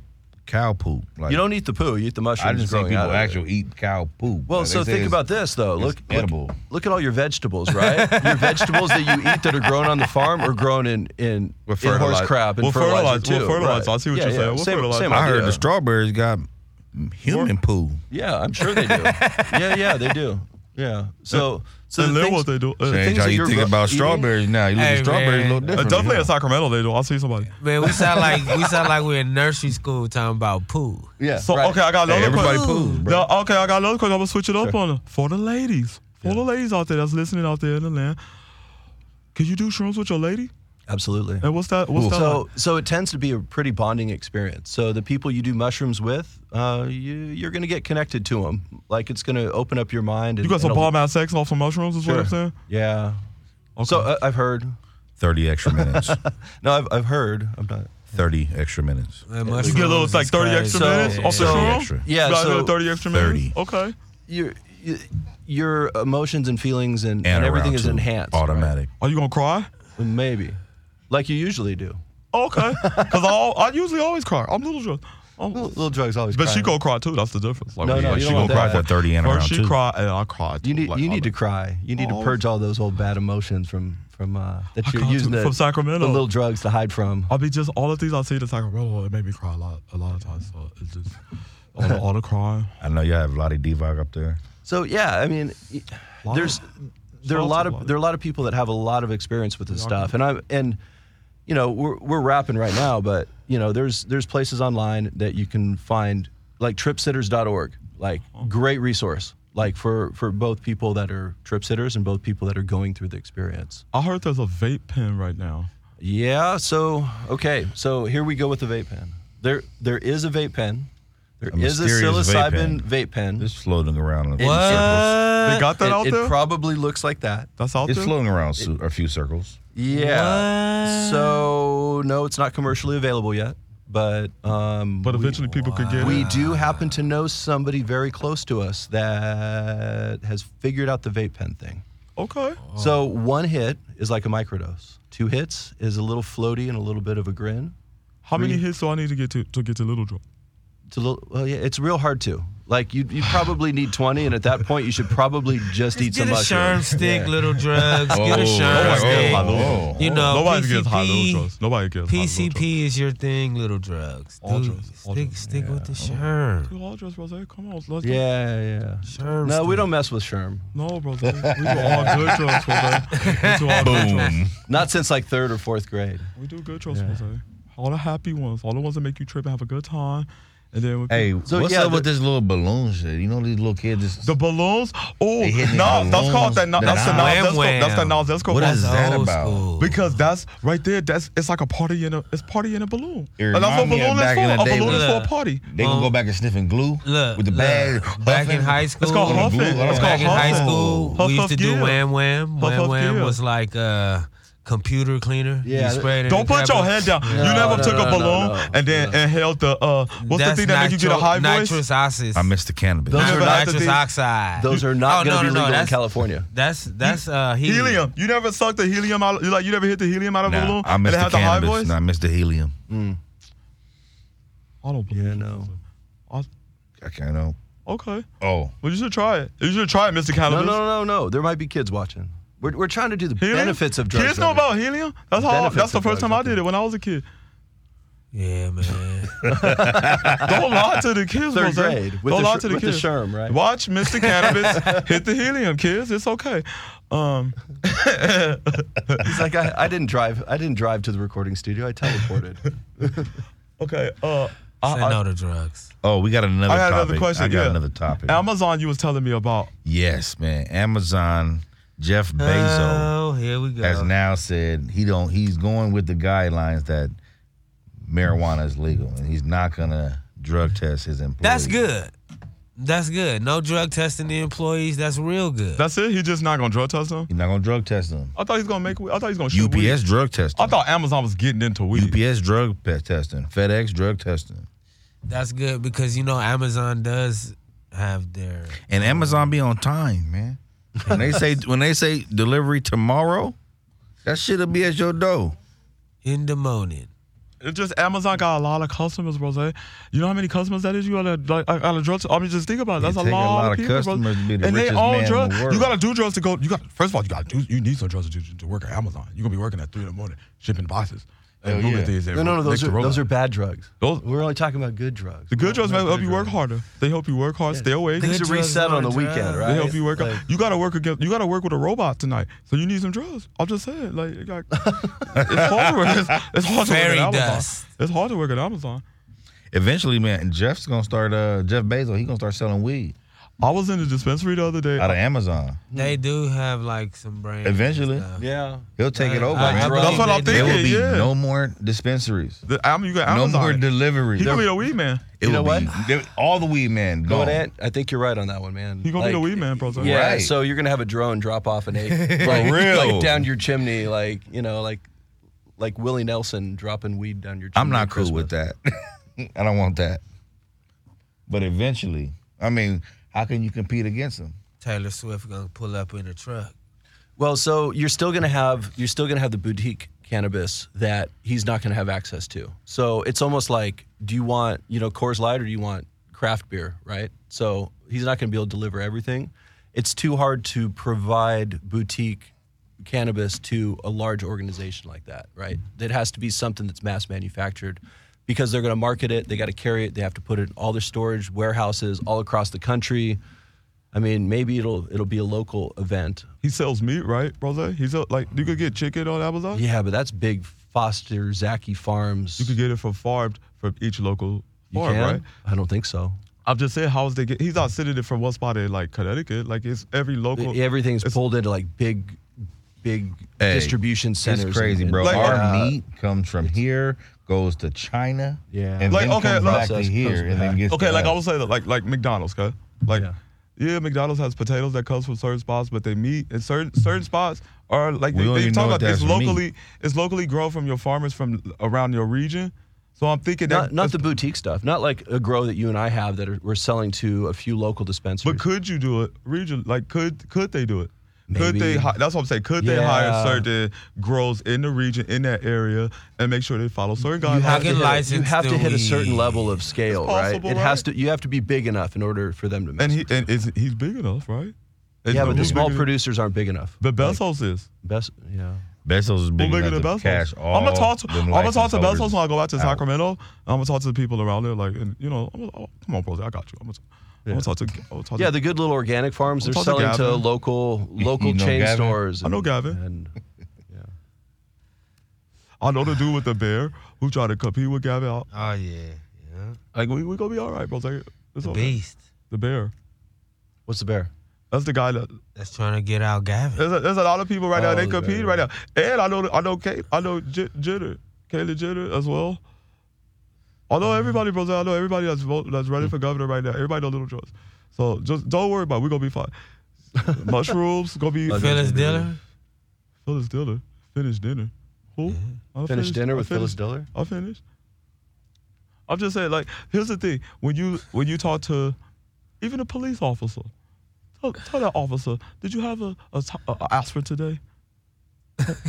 [SPEAKER 2] cow poop. Like
[SPEAKER 5] You don't eat the poo. You eat the mushrooms.
[SPEAKER 2] I didn't see
[SPEAKER 5] growing
[SPEAKER 2] people
[SPEAKER 5] out of it.
[SPEAKER 2] actually eat cow poop.
[SPEAKER 5] Well,
[SPEAKER 2] Like, they
[SPEAKER 5] so
[SPEAKER 2] say
[SPEAKER 5] think
[SPEAKER 2] it's-
[SPEAKER 5] about this though.
[SPEAKER 2] it's
[SPEAKER 5] Look,
[SPEAKER 2] edible.
[SPEAKER 5] look, look at all your vegetables, right?
[SPEAKER 3] *laughs*
[SPEAKER 5] your vegetables that you eat that are grown on the farm are grown in in,
[SPEAKER 2] With
[SPEAKER 5] in horse
[SPEAKER 2] fertilizer.
[SPEAKER 5] crap and
[SPEAKER 3] With
[SPEAKER 5] fertilizer
[SPEAKER 3] fertilizer-
[SPEAKER 5] too.
[SPEAKER 3] with fertilizer.
[SPEAKER 5] right.
[SPEAKER 3] I see what
[SPEAKER 5] Yeah,
[SPEAKER 3] you're
[SPEAKER 5] yeah.
[SPEAKER 3] saying. With
[SPEAKER 5] Same,
[SPEAKER 3] fertilizer.
[SPEAKER 5] same
[SPEAKER 2] I heard
[SPEAKER 5] idea.
[SPEAKER 2] the strawberries got human poo.
[SPEAKER 5] Yeah, I'm sure they
[SPEAKER 3] *laughs*
[SPEAKER 5] do. yeah, yeah, they do. Yeah. So, so
[SPEAKER 3] and
[SPEAKER 5] the
[SPEAKER 3] then
[SPEAKER 5] things,
[SPEAKER 3] what they do? Uh,
[SPEAKER 5] things
[SPEAKER 2] Change how
[SPEAKER 5] that
[SPEAKER 2] you
[SPEAKER 5] you're
[SPEAKER 2] think
[SPEAKER 5] gro-
[SPEAKER 2] about
[SPEAKER 5] eating-
[SPEAKER 2] strawberries now. You look
[SPEAKER 4] Hey,
[SPEAKER 2] at strawberries
[SPEAKER 4] man.
[SPEAKER 2] a little
[SPEAKER 3] Uh,
[SPEAKER 2] different.
[SPEAKER 3] definitely
[SPEAKER 2] Yeah.
[SPEAKER 3] in Sacramento they do. I see somebody.
[SPEAKER 4] *laughs* Man, we sound like we sound like we're in nursery school talking about poo.
[SPEAKER 5] Yeah.
[SPEAKER 3] So okay, I got
[SPEAKER 2] Hey,
[SPEAKER 3] another
[SPEAKER 2] everybody
[SPEAKER 3] question.
[SPEAKER 2] poos, bro.
[SPEAKER 3] Now, okay, I got another question. I'm gonna switch it up on her. for the ladies, for the ladies out there that's listening out there in the land. Can you do shrooms with your lady?
[SPEAKER 5] Absolutely.
[SPEAKER 3] And what's that? What's that?
[SPEAKER 5] So, so it tends to be a pretty bonding experience. So the people you do mushrooms with, uh, you you're gonna get connected to them. Like it's gonna open up your mind. And,
[SPEAKER 3] you got some
[SPEAKER 5] and a-
[SPEAKER 3] bomb ass sex off some mushrooms, is what I'm
[SPEAKER 5] Sure.
[SPEAKER 3] saying.
[SPEAKER 5] Yeah. So uh, I've heard.
[SPEAKER 2] Thirty extra minutes.
[SPEAKER 5] No, I've I've heard. I'm not.
[SPEAKER 2] Thirty extra minutes.
[SPEAKER 4] Man,
[SPEAKER 3] You get a little
[SPEAKER 4] mushrooms
[SPEAKER 3] like
[SPEAKER 4] is
[SPEAKER 3] 30
[SPEAKER 4] crazy.
[SPEAKER 3] extra
[SPEAKER 5] So-
[SPEAKER 3] minutes Oh, off
[SPEAKER 5] so-
[SPEAKER 3] the shroom.
[SPEAKER 2] Extra.
[SPEAKER 5] Yeah.
[SPEAKER 3] You got a
[SPEAKER 5] so
[SPEAKER 3] little 30 extra
[SPEAKER 2] 30.
[SPEAKER 3] minutes. Okay.
[SPEAKER 5] your y- your emotions and feelings and, and,
[SPEAKER 2] around
[SPEAKER 5] everything is
[SPEAKER 2] two.
[SPEAKER 5] enhanced.
[SPEAKER 2] Automatic.
[SPEAKER 3] Are you gonna cry?
[SPEAKER 5] right? Maybe, like you usually do. *laughs*
[SPEAKER 3] Okay. Cause I, I usually always cry. I'm little drunk. I'm-
[SPEAKER 5] Little, little drugs always.
[SPEAKER 3] but she gonna
[SPEAKER 5] crying.
[SPEAKER 3] cry too. That's the difference. Like,
[SPEAKER 5] No,
[SPEAKER 3] we-
[SPEAKER 5] no,
[SPEAKER 3] like,
[SPEAKER 5] you
[SPEAKER 3] she
[SPEAKER 5] don't
[SPEAKER 3] gonna
[SPEAKER 5] want
[SPEAKER 2] cry
[SPEAKER 5] that.
[SPEAKER 2] for thirty and
[SPEAKER 3] cry.
[SPEAKER 2] around
[SPEAKER 3] First she
[SPEAKER 2] two.
[SPEAKER 3] cry and I cry. Too.
[SPEAKER 5] You need
[SPEAKER 3] Like,
[SPEAKER 5] you
[SPEAKER 3] I'm
[SPEAKER 5] need to
[SPEAKER 3] like-
[SPEAKER 5] cry. You need to
[SPEAKER 3] Oh.
[SPEAKER 5] purge all those old bad emotions from from from uh, that
[SPEAKER 3] I
[SPEAKER 5] you're
[SPEAKER 3] got you
[SPEAKER 5] using the,
[SPEAKER 3] from Sacramento.
[SPEAKER 5] the little drugs to hide from.
[SPEAKER 3] I'll be just all the things I see in Sacramento. It made me cry a lot, a lot of times. So it's just all the, all the crying.
[SPEAKER 2] I know y'all have Lottie Divac up there.
[SPEAKER 5] So yeah, I mean, y-
[SPEAKER 3] Wow.
[SPEAKER 5] there's there are a
[SPEAKER 3] Lots
[SPEAKER 5] lot
[SPEAKER 3] of
[SPEAKER 5] of
[SPEAKER 3] love.
[SPEAKER 5] there are a lot of people that have a lot of experience with this stuff, and I and you know we're we're rapping right now, but you know there's there's places online that you can find like tripsitters.org, like great resource, like for for both people that are trip sitters and both people that are going through the experience.
[SPEAKER 3] I heard there's a vape pen right now.
[SPEAKER 5] Yeah. So okay. So here we go with the vape pen. There there is a vape pen. There
[SPEAKER 2] A
[SPEAKER 5] is a
[SPEAKER 2] mysterious vape
[SPEAKER 5] psilocybin
[SPEAKER 2] pen.
[SPEAKER 5] vape pen.
[SPEAKER 2] It's floating around. In
[SPEAKER 5] What?
[SPEAKER 3] They got that
[SPEAKER 5] it,
[SPEAKER 3] out
[SPEAKER 5] it
[SPEAKER 3] there.
[SPEAKER 5] probably looks like that.
[SPEAKER 3] That's out
[SPEAKER 2] It's
[SPEAKER 3] there.
[SPEAKER 2] floating around su- a few circles.
[SPEAKER 5] Yeah. So no, it's not commercially available yet, but um,
[SPEAKER 3] But
[SPEAKER 5] we-
[SPEAKER 3] eventually, people could get
[SPEAKER 5] we
[SPEAKER 3] it.
[SPEAKER 5] do happen to know somebody very close to us that has figured out the vape pen thing.
[SPEAKER 3] Okay.
[SPEAKER 4] Oh.
[SPEAKER 5] So one hit is like a microdose. Two hits is a little floaty and a little bit of a grin.
[SPEAKER 3] How many
[SPEAKER 5] Three.
[SPEAKER 3] hits do I need to get to to get to Little Drop?
[SPEAKER 5] It's a little, well, yeah, it's real hard to. Like you, you probably need twenty, and at that point, you should probably just, eat
[SPEAKER 4] Get
[SPEAKER 5] some
[SPEAKER 4] a sherm
[SPEAKER 5] mushrooms.
[SPEAKER 4] stick, little drugs. Get a
[SPEAKER 2] oh,
[SPEAKER 4] sherm stick.
[SPEAKER 2] oh.
[SPEAKER 4] You know,
[SPEAKER 3] Nobody
[SPEAKER 4] PCP,
[SPEAKER 3] gets high Little Drops. Nobody gets high Little Drops.
[SPEAKER 4] PCP is your thing, little drugs.
[SPEAKER 3] All
[SPEAKER 4] Dude,
[SPEAKER 3] drugs, all
[SPEAKER 4] stick
[SPEAKER 3] drugs,
[SPEAKER 4] stick with the sherm.
[SPEAKER 3] Dude, all drugs, brother. Come on, let's
[SPEAKER 5] Yeah, yeah.
[SPEAKER 4] Sherm
[SPEAKER 5] No, we
[SPEAKER 4] stick.
[SPEAKER 5] don't mess with sherm.
[SPEAKER 3] No, brother. We do all good drugs, brother. We do all good drugs.
[SPEAKER 2] Boom.
[SPEAKER 5] Not since like third or fourth grade.
[SPEAKER 3] We do good drugs, brother. All the happy ones, all the ones that make you trip and have a good time, and then we
[SPEAKER 2] Hey,
[SPEAKER 5] So,
[SPEAKER 2] what's
[SPEAKER 5] yeah,
[SPEAKER 2] up with
[SPEAKER 5] the-
[SPEAKER 2] this little balloon shit? You know these little kids. Just,
[SPEAKER 3] The balloons? Oh,
[SPEAKER 2] They hitting
[SPEAKER 3] no,
[SPEAKER 2] the
[SPEAKER 3] that's called that.
[SPEAKER 2] balloons, the
[SPEAKER 3] That's the Nas
[SPEAKER 4] Wham
[SPEAKER 3] Desco. That's the
[SPEAKER 4] Wham.
[SPEAKER 3] Nas Desco.
[SPEAKER 2] What
[SPEAKER 3] one.
[SPEAKER 2] is that
[SPEAKER 4] Old
[SPEAKER 2] about?
[SPEAKER 4] school.
[SPEAKER 3] Because that's right there. That's it's like a party in a it's party in a balloon.
[SPEAKER 2] It
[SPEAKER 3] and that's what
[SPEAKER 2] remind
[SPEAKER 3] a
[SPEAKER 2] me of
[SPEAKER 3] balloon is
[SPEAKER 2] back in
[SPEAKER 3] for.
[SPEAKER 2] the
[SPEAKER 3] A
[SPEAKER 2] day
[SPEAKER 3] balloon
[SPEAKER 2] when-
[SPEAKER 3] is for a party.
[SPEAKER 2] they gonna go back and sniffing glue
[SPEAKER 4] Look,
[SPEAKER 2] with the
[SPEAKER 4] look,
[SPEAKER 2] bag.
[SPEAKER 4] Back in
[SPEAKER 2] huffing.
[SPEAKER 4] high school,
[SPEAKER 3] It's called
[SPEAKER 2] Ooh,
[SPEAKER 3] huffing.
[SPEAKER 2] blue.
[SPEAKER 3] It's
[SPEAKER 2] Back
[SPEAKER 4] back
[SPEAKER 3] called
[SPEAKER 4] in high
[SPEAKER 3] huffing.
[SPEAKER 4] school,
[SPEAKER 3] Huff,
[SPEAKER 4] we used
[SPEAKER 3] huff,
[SPEAKER 4] to do
[SPEAKER 3] yeah.
[SPEAKER 4] wham wham.
[SPEAKER 3] Huff,
[SPEAKER 4] Wham
[SPEAKER 3] huff,
[SPEAKER 4] wham
[SPEAKER 3] yeah.
[SPEAKER 4] was like uh, computer cleaner.
[SPEAKER 5] Yeah,
[SPEAKER 4] You sprayed it
[SPEAKER 3] Don't
[SPEAKER 4] and
[SPEAKER 3] put
[SPEAKER 4] grab
[SPEAKER 3] your
[SPEAKER 4] it.
[SPEAKER 3] head down. you
[SPEAKER 5] No,
[SPEAKER 3] never
[SPEAKER 5] no,
[SPEAKER 3] took a
[SPEAKER 5] no, no,
[SPEAKER 3] balloon
[SPEAKER 5] no.
[SPEAKER 3] and then and held the uh what's the
[SPEAKER 4] That's
[SPEAKER 3] thing that make you get a
[SPEAKER 4] nitro-
[SPEAKER 3] high voice?
[SPEAKER 4] Nitrous oxide.
[SPEAKER 2] I missed the cannabis.
[SPEAKER 5] Those
[SPEAKER 4] Those
[SPEAKER 5] are
[SPEAKER 4] are
[SPEAKER 3] not the
[SPEAKER 4] nitrous
[SPEAKER 3] things-
[SPEAKER 4] oxide.
[SPEAKER 5] Those are not
[SPEAKER 4] Oh,
[SPEAKER 5] going
[SPEAKER 4] no,
[SPEAKER 5] to be
[SPEAKER 4] no, no,
[SPEAKER 5] legal in
[SPEAKER 4] that's-
[SPEAKER 5] California.
[SPEAKER 4] That's that's
[SPEAKER 3] *laughs*
[SPEAKER 4] uh, helium.
[SPEAKER 3] Helium. You never sucked the helium out. You like you never hit the helium out of a
[SPEAKER 2] Nah,
[SPEAKER 3] balloon
[SPEAKER 2] I
[SPEAKER 3] and it
[SPEAKER 2] missed the
[SPEAKER 3] had the high
[SPEAKER 2] cannabis.
[SPEAKER 3] voice.
[SPEAKER 2] Nah, I missed the helium.
[SPEAKER 3] I don't believe.
[SPEAKER 5] Yeah, no.
[SPEAKER 3] I-
[SPEAKER 2] I can't know.
[SPEAKER 3] Okay.
[SPEAKER 2] Oh,
[SPEAKER 3] Well, you should try it. You should try it, Mr.
[SPEAKER 5] No,
[SPEAKER 3] Cannabis.
[SPEAKER 5] no, no, no. There might be kids watching. We're, we're trying to do the
[SPEAKER 3] Helium?
[SPEAKER 5] benefits of drugs.
[SPEAKER 3] Kids know
[SPEAKER 5] right now.
[SPEAKER 3] about helium. That's how.
[SPEAKER 5] Benefits
[SPEAKER 3] That's the
[SPEAKER 5] of
[SPEAKER 3] first
[SPEAKER 5] drugs,
[SPEAKER 3] time I
[SPEAKER 5] okay.
[SPEAKER 3] did it when I was a kid.
[SPEAKER 4] Yeah,
[SPEAKER 5] *laughs*
[SPEAKER 4] man.
[SPEAKER 3] *laughs* Don't lie to the kids,
[SPEAKER 5] third
[SPEAKER 3] Jose.
[SPEAKER 5] grade with,
[SPEAKER 3] Don't
[SPEAKER 5] the,
[SPEAKER 3] lie
[SPEAKER 5] sh-
[SPEAKER 3] to the
[SPEAKER 5] with the
[SPEAKER 3] kids.
[SPEAKER 5] sherm, right?
[SPEAKER 3] Watch Mr.
[SPEAKER 5] *laughs*
[SPEAKER 3] Cannabis hit the helium, kids. It's okay. Um,
[SPEAKER 5] He's like, I, I didn't drive. I didn't drive to the recording studio.
[SPEAKER 3] *laughs*
[SPEAKER 5] I teleported.
[SPEAKER 3] okay. Uh, I,
[SPEAKER 4] Say
[SPEAKER 3] I-
[SPEAKER 4] no to drugs.
[SPEAKER 2] oh, we got another.
[SPEAKER 3] I got another
[SPEAKER 2] topic.
[SPEAKER 3] question,
[SPEAKER 2] I got
[SPEAKER 3] yeah.
[SPEAKER 2] another topic.
[SPEAKER 3] Amazon, you was telling me about.
[SPEAKER 2] yes, man. Amazon, Jeff
[SPEAKER 3] Uh,
[SPEAKER 2] Bezos
[SPEAKER 4] Oh, here we go.
[SPEAKER 2] has now said he don't. He's going with the guidelines that marijuana is legal, and he's not gonna drug test his employees.
[SPEAKER 4] That's good. That's good. No drug testing the employees. That's real good.
[SPEAKER 3] That's it. He just not gonna drug test them.
[SPEAKER 2] He's not gonna drug test them.
[SPEAKER 3] I thought he's gonna make. weed. I thought he's gonna shoot weed.
[SPEAKER 2] UPS drug testing.
[SPEAKER 3] I thought Amazon was getting into weed.
[SPEAKER 2] UPS drug pe- testing. FedEx drug testing.
[SPEAKER 4] That's good because you know Amazon does have their
[SPEAKER 2] And Amazon be on time, man. When they
[SPEAKER 3] *laughs*
[SPEAKER 2] say when they say delivery tomorrow, that shit'll be at your door.
[SPEAKER 4] in the morning.
[SPEAKER 3] It's just Amazon got a lot of customers, bro. Zay. You know how many customers that is? You got a like, out of drugs. I mean, just think about it. That's
[SPEAKER 2] take a lot of
[SPEAKER 3] people, bro.
[SPEAKER 2] customers to be the
[SPEAKER 3] and they
[SPEAKER 2] richest
[SPEAKER 3] own
[SPEAKER 2] man in
[SPEAKER 3] drugs.
[SPEAKER 2] the world.
[SPEAKER 3] You got to do drugs to go. You got first of all, you got to do. You need some drugs to, do, to work at Amazon. You are gonna be working at three in the morning, shipping boxes and
[SPEAKER 2] Hell
[SPEAKER 3] moving
[SPEAKER 2] yeah.
[SPEAKER 3] things. and
[SPEAKER 5] No, no, no. Those
[SPEAKER 3] next
[SPEAKER 5] are
[SPEAKER 3] to robots.
[SPEAKER 5] those are bad drugs.
[SPEAKER 3] Those-
[SPEAKER 5] We're only talking about good drugs.
[SPEAKER 3] the good drugs.
[SPEAKER 5] Not
[SPEAKER 3] Might help
[SPEAKER 5] bad
[SPEAKER 3] you work
[SPEAKER 5] drugs.
[SPEAKER 3] harder. They help you work hard. Stay awake.
[SPEAKER 5] Things
[SPEAKER 3] They
[SPEAKER 5] to
[SPEAKER 4] drugs
[SPEAKER 5] reset
[SPEAKER 4] are
[SPEAKER 5] on the
[SPEAKER 4] drugs.
[SPEAKER 5] weekend, right?
[SPEAKER 3] help you work.
[SPEAKER 5] Like,
[SPEAKER 3] you gotta work against. You gotta work with a robot tonight. So you need some drugs. I'm just saying. Like, it
[SPEAKER 5] *laughs*
[SPEAKER 3] got, it's hard to work. It's, it's hard to work at
[SPEAKER 4] Fairy
[SPEAKER 3] Amazon.
[SPEAKER 4] dust.
[SPEAKER 3] It's hard to work at Amazon.
[SPEAKER 2] Eventually, man, Jeff's gonna start. Uh, Jeff Bezos, he gonna start selling weed
[SPEAKER 3] I was in the dispensary the other day.
[SPEAKER 2] out of Amazon.
[SPEAKER 4] They do have like some brains.
[SPEAKER 2] Eventually.
[SPEAKER 5] yeah.
[SPEAKER 2] He'll take it over.
[SPEAKER 4] I- I
[SPEAKER 2] man.
[SPEAKER 4] believe
[SPEAKER 3] That's what I'm
[SPEAKER 4] they do.
[SPEAKER 2] There
[SPEAKER 3] thinking.
[SPEAKER 2] will be
[SPEAKER 3] yeah.
[SPEAKER 2] no more dispensaries.
[SPEAKER 3] The, I mean, you got
[SPEAKER 2] No
[SPEAKER 3] Amazon.
[SPEAKER 2] more deliveries.
[SPEAKER 3] he gonna be
[SPEAKER 2] There-
[SPEAKER 3] a weed man.
[SPEAKER 2] it
[SPEAKER 5] You know
[SPEAKER 2] will be- there- all the weed man
[SPEAKER 5] Go
[SPEAKER 2] gone.
[SPEAKER 5] on, Ant. I think you're right on that one, man.
[SPEAKER 3] He gonna be the
[SPEAKER 5] Like,
[SPEAKER 3] weed man, bro. Zay.
[SPEAKER 5] Yeah,
[SPEAKER 2] Right.
[SPEAKER 5] so you're gonna have a drone drop off
[SPEAKER 3] *laughs*
[SPEAKER 5] an egg, like,
[SPEAKER 2] real.
[SPEAKER 5] like down your chimney, like you know, like like Willie Nelson dropping weed down your. chimney
[SPEAKER 2] I'm
[SPEAKER 5] at
[SPEAKER 2] not cool
[SPEAKER 5] Christmas.
[SPEAKER 2] with that. *laughs* I don't want that. But eventually, I mean, how can you compete against them?
[SPEAKER 4] Taylor Swift gonna pull up in a truck.
[SPEAKER 5] Well, so you're still gonna have you're still gonna have the boutique cannabis that he's not gonna have access to. So it's almost like, do you want you know Coors Light or do you want craft beer, right? So he's not gonna be able to deliver everything. It's too hard to provide boutique cannabis to a large organization like that, right? That has to be something that's mass manufactured because they're going to market it, they got to carry it, they have to put it in all their storage warehouses all across the country. I mean, maybe it'll it'll be a local event.
[SPEAKER 3] He sells meat, right, brother? He's a, like you could get chicken on Amazon.
[SPEAKER 5] Yeah, but that's big Foster Zaki Farms.
[SPEAKER 3] You could get it from farmed from each local farm, right?
[SPEAKER 5] I don't think so.
[SPEAKER 3] I'm just saying, how is they get? He's not sending it from one spot in like Connecticut. Like it's every local.
[SPEAKER 5] Everything's pulled into like big, big
[SPEAKER 2] Hey,
[SPEAKER 5] distribution centers.
[SPEAKER 2] It's crazy,
[SPEAKER 5] and-
[SPEAKER 2] bro.
[SPEAKER 3] Like-
[SPEAKER 2] Our
[SPEAKER 5] Yeah.
[SPEAKER 2] meat comes from here, goes to China,
[SPEAKER 5] Yeah.
[SPEAKER 2] and
[SPEAKER 3] Like,
[SPEAKER 2] then
[SPEAKER 3] okay,
[SPEAKER 2] comes
[SPEAKER 3] like-
[SPEAKER 2] back to
[SPEAKER 5] Process
[SPEAKER 2] here,
[SPEAKER 5] comes
[SPEAKER 2] and then
[SPEAKER 5] back.
[SPEAKER 2] gets
[SPEAKER 3] Okay,
[SPEAKER 2] to
[SPEAKER 3] like I
[SPEAKER 2] us.
[SPEAKER 3] was saying, like like McDonald's, okay? Like,
[SPEAKER 5] Yeah.
[SPEAKER 3] yeah. McDonald's has potatoes that comes from certain spots, but they meat in certain certain spots are like
[SPEAKER 2] We
[SPEAKER 3] they,
[SPEAKER 2] don't
[SPEAKER 3] they
[SPEAKER 2] even
[SPEAKER 3] talk
[SPEAKER 2] know what
[SPEAKER 3] about it's
[SPEAKER 2] that's meat.
[SPEAKER 3] locally it's locally grown from your farmers from around your region. So I'm thinking that
[SPEAKER 5] Not, not the boutique stuff. Not like a grow that you and I have that are, we're selling to a few local dispensaries.
[SPEAKER 3] but could you do it region like could could they do it? Could
[SPEAKER 5] Maybe.
[SPEAKER 3] they? hi- That's what I'm saying. Could they
[SPEAKER 5] Yeah.
[SPEAKER 3] hire certain grows in the region in that area and make sure they follow certain guidelines?
[SPEAKER 5] you have, to
[SPEAKER 4] get
[SPEAKER 5] hit, a- you
[SPEAKER 4] licensed
[SPEAKER 5] have to
[SPEAKER 4] to
[SPEAKER 5] hit a
[SPEAKER 4] weed.
[SPEAKER 5] certain level of scale,
[SPEAKER 3] possible,
[SPEAKER 5] right? It has
[SPEAKER 3] right?
[SPEAKER 5] to. You have to be big enough in order for them to. Mess.
[SPEAKER 3] and he and is he's big enough, right? Is
[SPEAKER 5] yeah, but the
[SPEAKER 3] who's
[SPEAKER 5] small
[SPEAKER 3] bigger-
[SPEAKER 5] producers aren't big enough.
[SPEAKER 3] But Bezos is.
[SPEAKER 5] Best, yeah.
[SPEAKER 2] Bezos is big
[SPEAKER 3] We're
[SPEAKER 2] enough
[SPEAKER 3] bigger
[SPEAKER 2] to
[SPEAKER 3] than Bezos.
[SPEAKER 2] cash all
[SPEAKER 3] I'm gonna talk to I'm
[SPEAKER 2] them
[SPEAKER 3] gonna talk to
[SPEAKER 2] license
[SPEAKER 3] Bezos
[SPEAKER 2] holders
[SPEAKER 3] when I go out to
[SPEAKER 2] out.
[SPEAKER 3] Sacramento. I'm gonna talk to the people around there, like and you know, I'm gonna, oh, come on, bros, I got you. I'm gonna, I'm gonna talk to. I'm gonna talk
[SPEAKER 5] Yeah,
[SPEAKER 3] to
[SPEAKER 5] the good little organic farms they're
[SPEAKER 3] I'll talk to
[SPEAKER 5] selling to
[SPEAKER 3] Gavin.
[SPEAKER 5] local local
[SPEAKER 2] know
[SPEAKER 5] chain
[SPEAKER 2] Gavin?
[SPEAKER 5] stores.
[SPEAKER 3] I know
[SPEAKER 5] and-
[SPEAKER 3] Gavin.
[SPEAKER 5] and-
[SPEAKER 3] I know the dude with the bear who tried to compete with Gavin. I-
[SPEAKER 4] Oh yeah, yeah.
[SPEAKER 3] Like we we gonna be all right, bros. Like, it's all right.
[SPEAKER 4] Beast.
[SPEAKER 3] The bear.
[SPEAKER 5] what's the bear?
[SPEAKER 3] That's the guy that
[SPEAKER 4] That's trying to get out
[SPEAKER 2] *laughs*
[SPEAKER 4] Gavin.
[SPEAKER 3] there's a, there's a lot of people right now.
[SPEAKER 5] Oh,
[SPEAKER 3] They
[SPEAKER 5] the
[SPEAKER 3] compete
[SPEAKER 5] bear.
[SPEAKER 3] right now, and I know I know Kay, I know J- Jitter, Kayla Jitter as well. I know everybody, bros. I know everybody that's vote, that's running for governor right now. Everybody know Little Jones, so just don't worry about. it. We're gonna be
[SPEAKER 5] *laughs*
[SPEAKER 3] fine. Mushrooms gonna be
[SPEAKER 4] Phyllis Diller.
[SPEAKER 3] Phyllis Diller. Finished dinner. Who? I
[SPEAKER 5] Finish dinner
[SPEAKER 3] I
[SPEAKER 5] with Phyllis
[SPEAKER 3] finished-
[SPEAKER 5] Diller.
[SPEAKER 3] I finished. I'm just saying, like, here's the thing: when you when you talk to even a police officer, tell, tell that officer, did you have a, a, t- a- a aspirin today?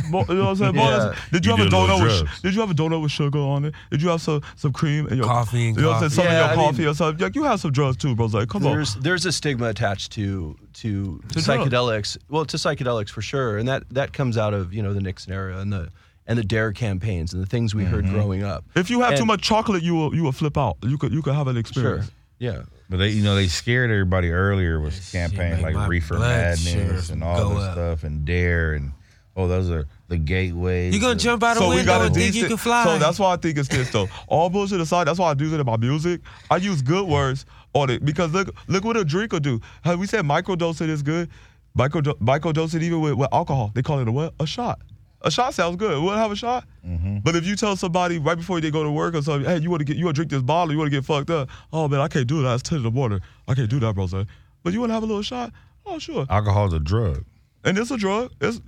[SPEAKER 3] Mo- you know what I'm saying? Mo-
[SPEAKER 5] Yeah.
[SPEAKER 3] Did you,
[SPEAKER 2] You
[SPEAKER 3] have a
[SPEAKER 2] did a little
[SPEAKER 3] donut? With,
[SPEAKER 2] drugs.
[SPEAKER 3] did you have a donut with sugar on it? Did you have some some cream in your
[SPEAKER 4] Coffee and
[SPEAKER 3] You know what I'm saying?
[SPEAKER 4] coffee.
[SPEAKER 3] Some
[SPEAKER 5] Yeah, I
[SPEAKER 3] in your coffee
[SPEAKER 5] mean-
[SPEAKER 3] or something. Like, you have some drugs too, bro. It's Like, come
[SPEAKER 5] there's there's a stigma attached to to,
[SPEAKER 3] drugs.
[SPEAKER 5] psychedelics. Well, to psychedelics for sure, and that that comes out of you know the Nixon era and the and the Dare campaigns and the things we heard growing up.
[SPEAKER 3] on. If you have too
[SPEAKER 5] and-
[SPEAKER 3] much chocolate, you will you will flip out. You could you could have an
[SPEAKER 5] Sure.
[SPEAKER 3] experience.
[SPEAKER 5] Yeah.
[SPEAKER 2] But they, you know, they scared everybody earlier with the campaign
[SPEAKER 4] make
[SPEAKER 2] like
[SPEAKER 4] my
[SPEAKER 2] reefer
[SPEAKER 4] blood
[SPEAKER 2] madness
[SPEAKER 4] sugar
[SPEAKER 2] and all
[SPEAKER 4] go
[SPEAKER 2] this
[SPEAKER 4] up.
[SPEAKER 2] stuff and dare and oh, those are the gateways.
[SPEAKER 4] You gonna
[SPEAKER 2] of-
[SPEAKER 4] jump out a window and think you
[SPEAKER 3] decent-
[SPEAKER 4] can fly?
[SPEAKER 3] So that's why I think it's this though. All bullshit aside, that's why I do it in my music. I use good words on it because look, look what a drink will do. Have we said microdosing is good? Microdo- microdosing even with, with alcohol, they call it a what? A shot. A shot sounds good. We'll have a shot. But if you tell somebody right before they go to work or something, hey, you want to get, you want to drink this bottle, you want to get fucked up. Oh man, I can't do that. It's ten in the morning. I can't do that, bro. Son. But you want to have a little shot? Oh sure.
[SPEAKER 2] Alcohol's a drug.
[SPEAKER 3] And it's a drug. It's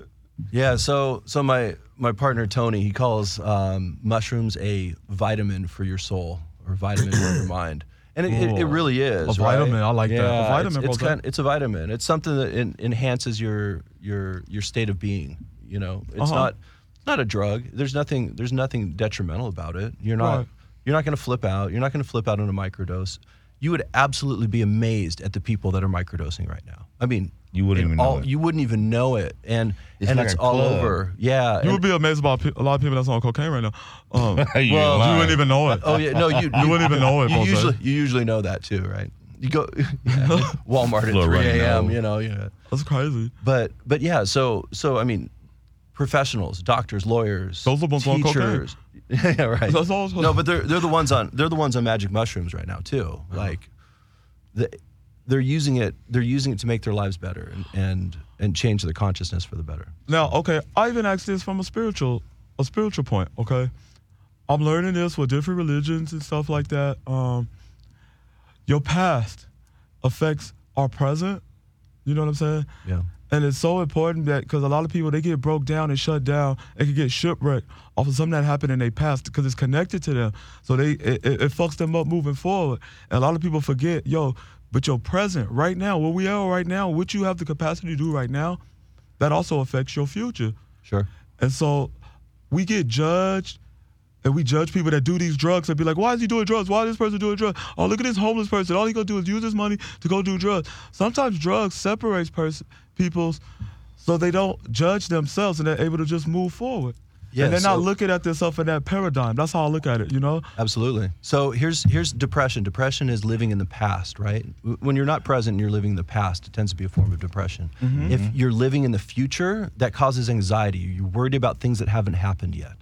[SPEAKER 5] Yeah. So so my my partner Tony he calls um, mushrooms a vitamin for your soul or vitamin
[SPEAKER 3] *coughs*
[SPEAKER 5] for your mind. And it, it, it really is
[SPEAKER 3] A
[SPEAKER 5] right?
[SPEAKER 3] vitamin, I like that. A
[SPEAKER 5] Yeah, it's-
[SPEAKER 3] vitamin,
[SPEAKER 5] It's,
[SPEAKER 3] bro.
[SPEAKER 5] kind, it's a vitamin. It's something that en- enhances your your your state of being. You know, it's
[SPEAKER 3] Uh-huh.
[SPEAKER 5] not it's not a drug. There's nothing there's nothing detrimental about it. You're not
[SPEAKER 3] Right.
[SPEAKER 5] you're not going to flip out. You're not going to flip out on a microdose. You would absolutely be amazed at the people that are microdosing right now. I mean,
[SPEAKER 2] You wouldn't
[SPEAKER 5] in
[SPEAKER 2] even know
[SPEAKER 5] all-
[SPEAKER 2] it.
[SPEAKER 5] You wouldn't even know it, and
[SPEAKER 2] It's
[SPEAKER 5] and
[SPEAKER 2] like
[SPEAKER 5] it's
[SPEAKER 2] a
[SPEAKER 5] all
[SPEAKER 2] club.
[SPEAKER 5] over. Yeah.
[SPEAKER 3] you
[SPEAKER 5] and-
[SPEAKER 3] would be amazed about pe- a lot of people that's on cocaine right now. Um,
[SPEAKER 2] *laughs* You
[SPEAKER 5] Well,
[SPEAKER 2] lying.
[SPEAKER 3] you wouldn't even know it.
[SPEAKER 5] oh yeah. No, you
[SPEAKER 3] *laughs* You wouldn't even know it,
[SPEAKER 5] You
[SPEAKER 3] Jose.
[SPEAKER 5] usually you usually know that too, right? You go *laughs*
[SPEAKER 3] *laughs*
[SPEAKER 5] Walmart
[SPEAKER 2] Little
[SPEAKER 5] at 3
[SPEAKER 2] runny
[SPEAKER 5] a.m.
[SPEAKER 2] nose.
[SPEAKER 5] You know. Yeah.
[SPEAKER 3] That's crazy.
[SPEAKER 5] But but yeah, so so I mean, professionals, doctors, lawyers,
[SPEAKER 3] Those are the ones on cocaine.
[SPEAKER 5] teachers. *laughs* yeah, right.
[SPEAKER 3] That's all-
[SPEAKER 5] No, but they're they're the ones on they're the ones on magic mushrooms right now too.
[SPEAKER 3] Uh-huh.
[SPEAKER 5] Like, the, they're using it they're using it to make their lives better and and, and change their consciousness for the better.
[SPEAKER 3] Now, okay, I even asked this from a spiritual, a spiritual point. Okay, I'm learning this with different religions and stuff like that. Um, your past affects our present. You know what I'm saying?
[SPEAKER 5] Yeah.
[SPEAKER 3] And it's so important that because a lot of people they get broke down and shut down and can get shipwrecked off of something that happened in their past because it's connected to them. So they it, it, it fucks them up moving forward. And a lot of people forget, yo, but your present right now, where we are right now, what you have the capacity to do right now, that also affects your future.
[SPEAKER 5] Sure.
[SPEAKER 3] And so we get judged and we judge people that do these drugs and be like, why is he doing drugs? Why is this person doing drugs? Oh, look at this homeless person. All he gonna do is use his money to go do drugs. Sometimes drugs separates pers- people's so they don't judge themselves and they're able to just move forward.
[SPEAKER 5] Yeah,
[SPEAKER 3] and they're not
[SPEAKER 5] so-
[SPEAKER 3] looking at themselves in that paradigm. That's how I look at it, you know?
[SPEAKER 5] Absolutely. So here's here's depression. Depression is living in the past, right? W- When you're not present and you're living in the past, it tends to be a form of depression. If you're living in the future, that causes anxiety. You're worried about things that haven't happened yet.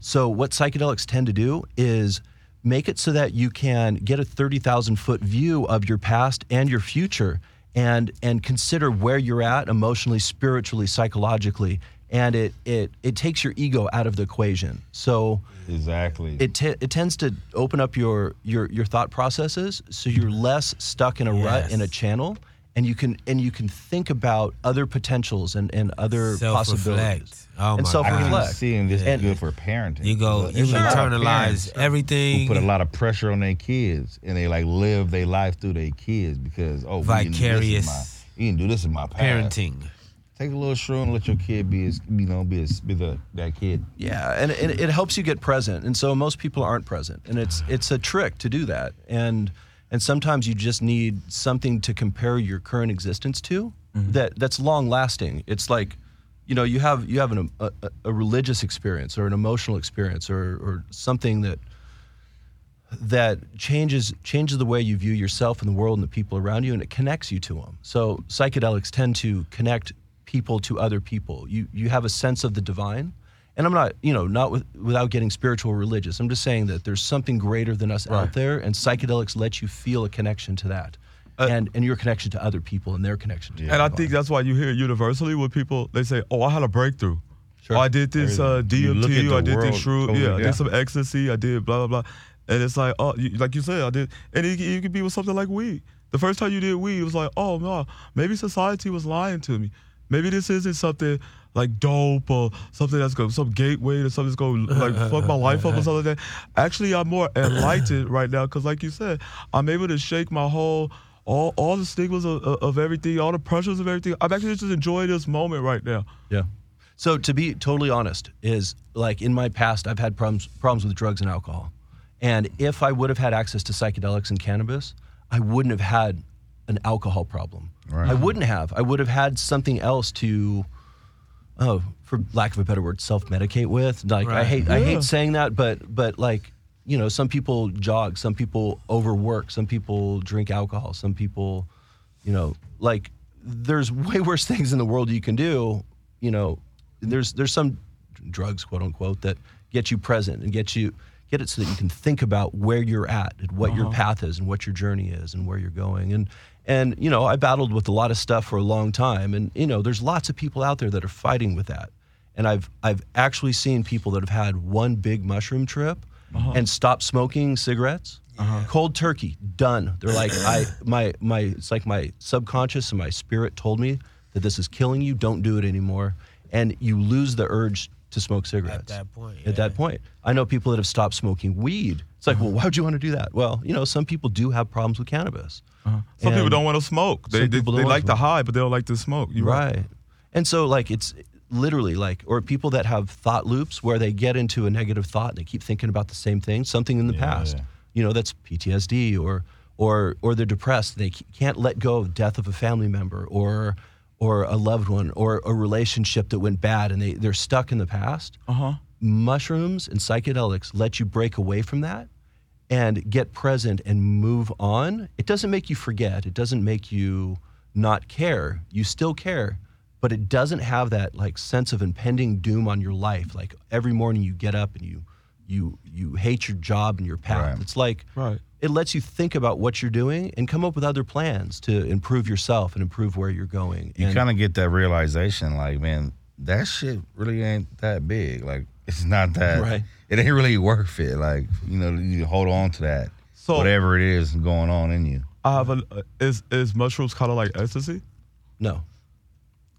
[SPEAKER 5] So what psychedelics tend to do is make it so that you can get a 30,000 foot view of your past and your future and and consider where you're at emotionally, spiritually, psychologically. And it, it it takes your ego out of the equation. So
[SPEAKER 2] Exactly.
[SPEAKER 5] it, te- it tends to open up your, your your thought processes so you're less stuck in a rut in a
[SPEAKER 4] Yes.
[SPEAKER 5] channel and you can and you can think about other potentials and, and other possibilities
[SPEAKER 4] Self-reflect. Oh
[SPEAKER 5] and
[SPEAKER 4] my
[SPEAKER 5] self-reflect
[SPEAKER 4] God.
[SPEAKER 2] I'm seeing this
[SPEAKER 5] And-
[SPEAKER 2] is good for parenting.
[SPEAKER 4] You go, you
[SPEAKER 2] There's a lot of
[SPEAKER 4] internalize
[SPEAKER 2] parents
[SPEAKER 4] everything.
[SPEAKER 2] Who put a lot of pressure on their kids, and they like live their life through their kids because oh,
[SPEAKER 4] Vicarious
[SPEAKER 2] You didn't do this in my, you didn't do this in my past.
[SPEAKER 4] parenting.
[SPEAKER 2] Take a little shroom, and let your kid be, as, you know, be, as, be the, that kid.
[SPEAKER 5] yeah and, and it helps you get present and so most people aren't present and it's it's a trick to do that and and sometimes you just need something to compare your current existence to that that's long lasting it's like you know you have you have an, a, a- a religious experience or an emotional experience or or something that that changes changes the way you view yourself and the world and the people around you, and it connects you to them. So psychedelics tend to connect people to other people. You you have a sense of the divine, and I'm not you know not with, without getting spiritual or religious. I'm just saying that there's something greater than us out there, and psychedelics let you feel a connection to that, and and your connection to other people and their connection to. the
[SPEAKER 3] And I
[SPEAKER 5] divine.
[SPEAKER 3] think that's why you hear universally with people, they say, oh, I had a breakthrough.
[SPEAKER 5] Sure.
[SPEAKER 3] Or I did this uh,
[SPEAKER 2] You look at
[SPEAKER 3] DMT, or I
[SPEAKER 2] the
[SPEAKER 3] did
[SPEAKER 2] world
[SPEAKER 3] this shroom,
[SPEAKER 2] totally
[SPEAKER 3] yeah, I did
[SPEAKER 2] different.
[SPEAKER 3] some ecstasy, I did blah, blah, blah. And it's like, oh, you, like you said, I did. And it, it could be with something like weed. The first time you did weed, it was like, oh, no, maybe society was lying to me. Maybe this isn't something like dope or something that's going, some gateway to something that's going to like
[SPEAKER 2] *laughs*
[SPEAKER 3] fuck my life up or something like that. Actually, I'm more enlightened *clears throat* right now because, like you said, I'm able to shake my whole all all the stigmas of, of, of everything, all the pressures of everything. I'm actually just enjoying this moment right now.
[SPEAKER 5] Yeah. So to be totally honest, is like in my past, I've had problems problems with drugs and alcohol, and if I would have had access to psychedelics and cannabis, I wouldn't have had an alcohol problem. I wouldn't have. I would have had something else to, oh, for lack of a better word, self medicate with. Like I
[SPEAKER 4] Right.
[SPEAKER 5] hate I
[SPEAKER 3] Yeah.
[SPEAKER 5] hate saying that, but but like you know, some people jog, some people overwork, some people drink alcohol, some people, you know, like there's *laughs* way worse things in the world you can do. You know, there's there's some drugs, quote unquote, that get you present and get you get it so that you can think about where you're at and what your path is and what your journey is and where you're going and and you know i battled with a lot of stuff for a long time and you know there's lots of people out there that are fighting with that and I've I've actually seen people that have had one big mushroom trip and stopped smoking cigarettes. Cold turkey, done. They're like I my my it's like my subconscious and my spirit told me that this is killing you. Don't do it anymore, and you lose the urge to smoke cigarettes.
[SPEAKER 4] that point,
[SPEAKER 5] at that point, I know people that have stopped smoking weed. It's like, well, why would you want to do that? Well, you know, some people do have problems with cannabis.
[SPEAKER 3] Some people
[SPEAKER 5] And-
[SPEAKER 3] don't want to smoke. They
[SPEAKER 5] some
[SPEAKER 3] they,
[SPEAKER 5] people don't
[SPEAKER 3] they
[SPEAKER 5] wanna
[SPEAKER 3] like the
[SPEAKER 5] smoke.
[SPEAKER 3] high, but they don't like to smoke. You're
[SPEAKER 5] right. And so like it's literally like or people that have thought loops where they get into a negative thought and they keep thinking about the same thing, something in the past.
[SPEAKER 2] yeah.
[SPEAKER 5] You know, that's PTSD or or or they're depressed, they c- can't let go of death of a family member or or a loved one or a relationship that went bad and they they're stuck in the past.
[SPEAKER 3] Uh huh.
[SPEAKER 5] Mushrooms and psychedelics let you break away from that and get present and move on, it doesn't make you forget. It doesn't make you not care. You still care, but it doesn't have that like sense of impending doom on your life. Like every morning you get up and you you you hate your job and your path.
[SPEAKER 2] Right.
[SPEAKER 5] It's like
[SPEAKER 3] Right.
[SPEAKER 5] it lets you think about what you're doing and come up with other plans to improve yourself and improve where you're going.
[SPEAKER 2] You
[SPEAKER 5] And-
[SPEAKER 2] kind of get that realization, like, man, that shit really ain't that big. Like, *laughs* it's not that.
[SPEAKER 5] Right.
[SPEAKER 2] It ain't really worth it. Like, you know, you hold on to that.
[SPEAKER 3] So-
[SPEAKER 2] whatever it is going on in you.
[SPEAKER 3] I have a is is mushrooms kind of like ecstasy?
[SPEAKER 5] no.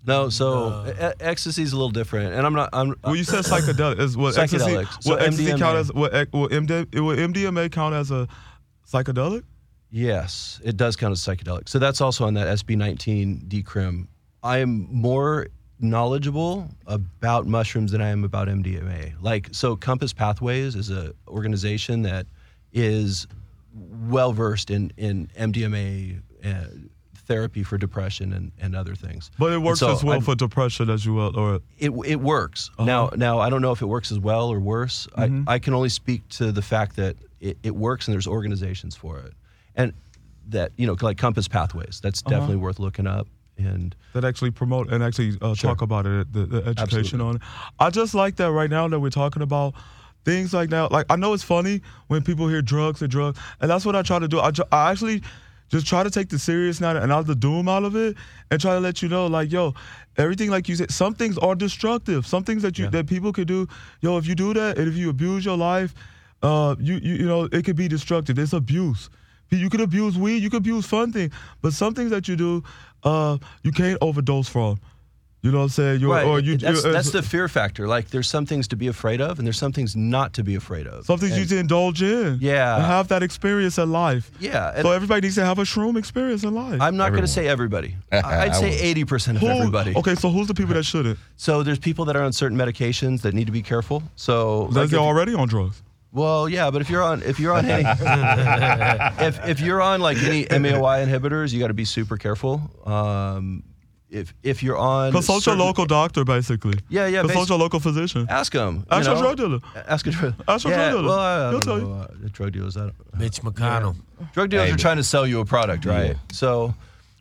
[SPEAKER 5] No, so e- e- ecstasy is a little different, and I'm not. I'm,
[SPEAKER 3] Well, you said psychedelic. Is what ecstasy?
[SPEAKER 5] Uh, Psychedelics. So
[SPEAKER 3] What ecstasy
[SPEAKER 5] MDMA.
[SPEAKER 3] count as? What ec- will MD, will MDMA count as a psychedelic?
[SPEAKER 5] Yes, it does count as psychedelic. So that's also on that SB19 decrim. I am more knowledgeable about mushrooms than I am about MDMA. Like so Compass Pathways is a organization that is well versed in in MDMA uh, therapy for depression and, and other things.
[SPEAKER 3] But it
[SPEAKER 5] And
[SPEAKER 3] works
[SPEAKER 5] so
[SPEAKER 3] as well
[SPEAKER 5] I-
[SPEAKER 3] for depression as you will, or
[SPEAKER 5] it it works.
[SPEAKER 3] Uh-huh.
[SPEAKER 5] Now now I don't know if it works as well or worse.
[SPEAKER 3] Mm-hmm.
[SPEAKER 5] I, I can only speak to the fact that it, it works and there's organizations for it. And that, you know, like Compass Pathways, that's
[SPEAKER 3] Uh-huh.
[SPEAKER 5] definitely worth looking up. And
[SPEAKER 3] that actually promote and actually uh, talk about it, the, the education
[SPEAKER 5] Absolutely.
[SPEAKER 3] on it. I just like that right now that we're talking about things like now. Like I know it's funny when people hear drugs and drugs, and that's what I try to do. I, tr- I actually just try to take the serious now and out the doom out of it, and try to let you know, like yo, everything like you said, some things are destructive. Some things that you that people could do, yo, if you do that and if you abuse your life, uh, you you, you know it could be destructive. It's abuse. You could abuse weed, you could abuse fun things, but some things that you do, uh, you can't overdose from. You know what I'm saying? You,
[SPEAKER 5] Right.
[SPEAKER 3] Or you, uh,
[SPEAKER 5] that's,
[SPEAKER 3] you-
[SPEAKER 5] that's the fear factor. Like there's some things to be afraid of and there's some things not to be afraid of.
[SPEAKER 3] some things you
[SPEAKER 5] And-
[SPEAKER 3] can indulge in.
[SPEAKER 5] Yeah.
[SPEAKER 3] And have that experience in life.
[SPEAKER 5] Yeah, and-
[SPEAKER 3] so everybody needs to have a shroom experience in life.
[SPEAKER 5] I'm not going to say everybody. I- I'd
[SPEAKER 2] I
[SPEAKER 5] say
[SPEAKER 2] would.
[SPEAKER 5] 80% of
[SPEAKER 3] Who-
[SPEAKER 5] everybody.
[SPEAKER 3] Okay, so who's the people that shouldn't?
[SPEAKER 5] So there's people that are on certain medications that need to be careful. So
[SPEAKER 3] Those
[SPEAKER 5] like
[SPEAKER 3] that
[SPEAKER 5] if-
[SPEAKER 3] are already on drugs.
[SPEAKER 5] Well, yeah, but if you're on if you're on any if if you're on like any MAOI inhibitors, you got to be super careful. Um, if if you're on
[SPEAKER 3] Consult your
[SPEAKER 5] certain-
[SPEAKER 3] local doctor, basically.
[SPEAKER 5] Yeah, yeah,
[SPEAKER 3] Consult
[SPEAKER 5] basi-
[SPEAKER 3] your local physician.
[SPEAKER 5] ask them.
[SPEAKER 3] Ask your drug dealer.
[SPEAKER 5] Ask a drug.
[SPEAKER 3] Ask your
[SPEAKER 5] yeah,
[SPEAKER 3] drug dealer.
[SPEAKER 5] Well, I, I
[SPEAKER 3] He'll
[SPEAKER 5] don't
[SPEAKER 3] tell you.
[SPEAKER 5] know, uh, drug dealers. I don't,
[SPEAKER 4] Mitch McConnell.
[SPEAKER 5] Drug dealers
[SPEAKER 2] Hey,
[SPEAKER 5] are
[SPEAKER 2] but-
[SPEAKER 5] trying to sell you a product, right? So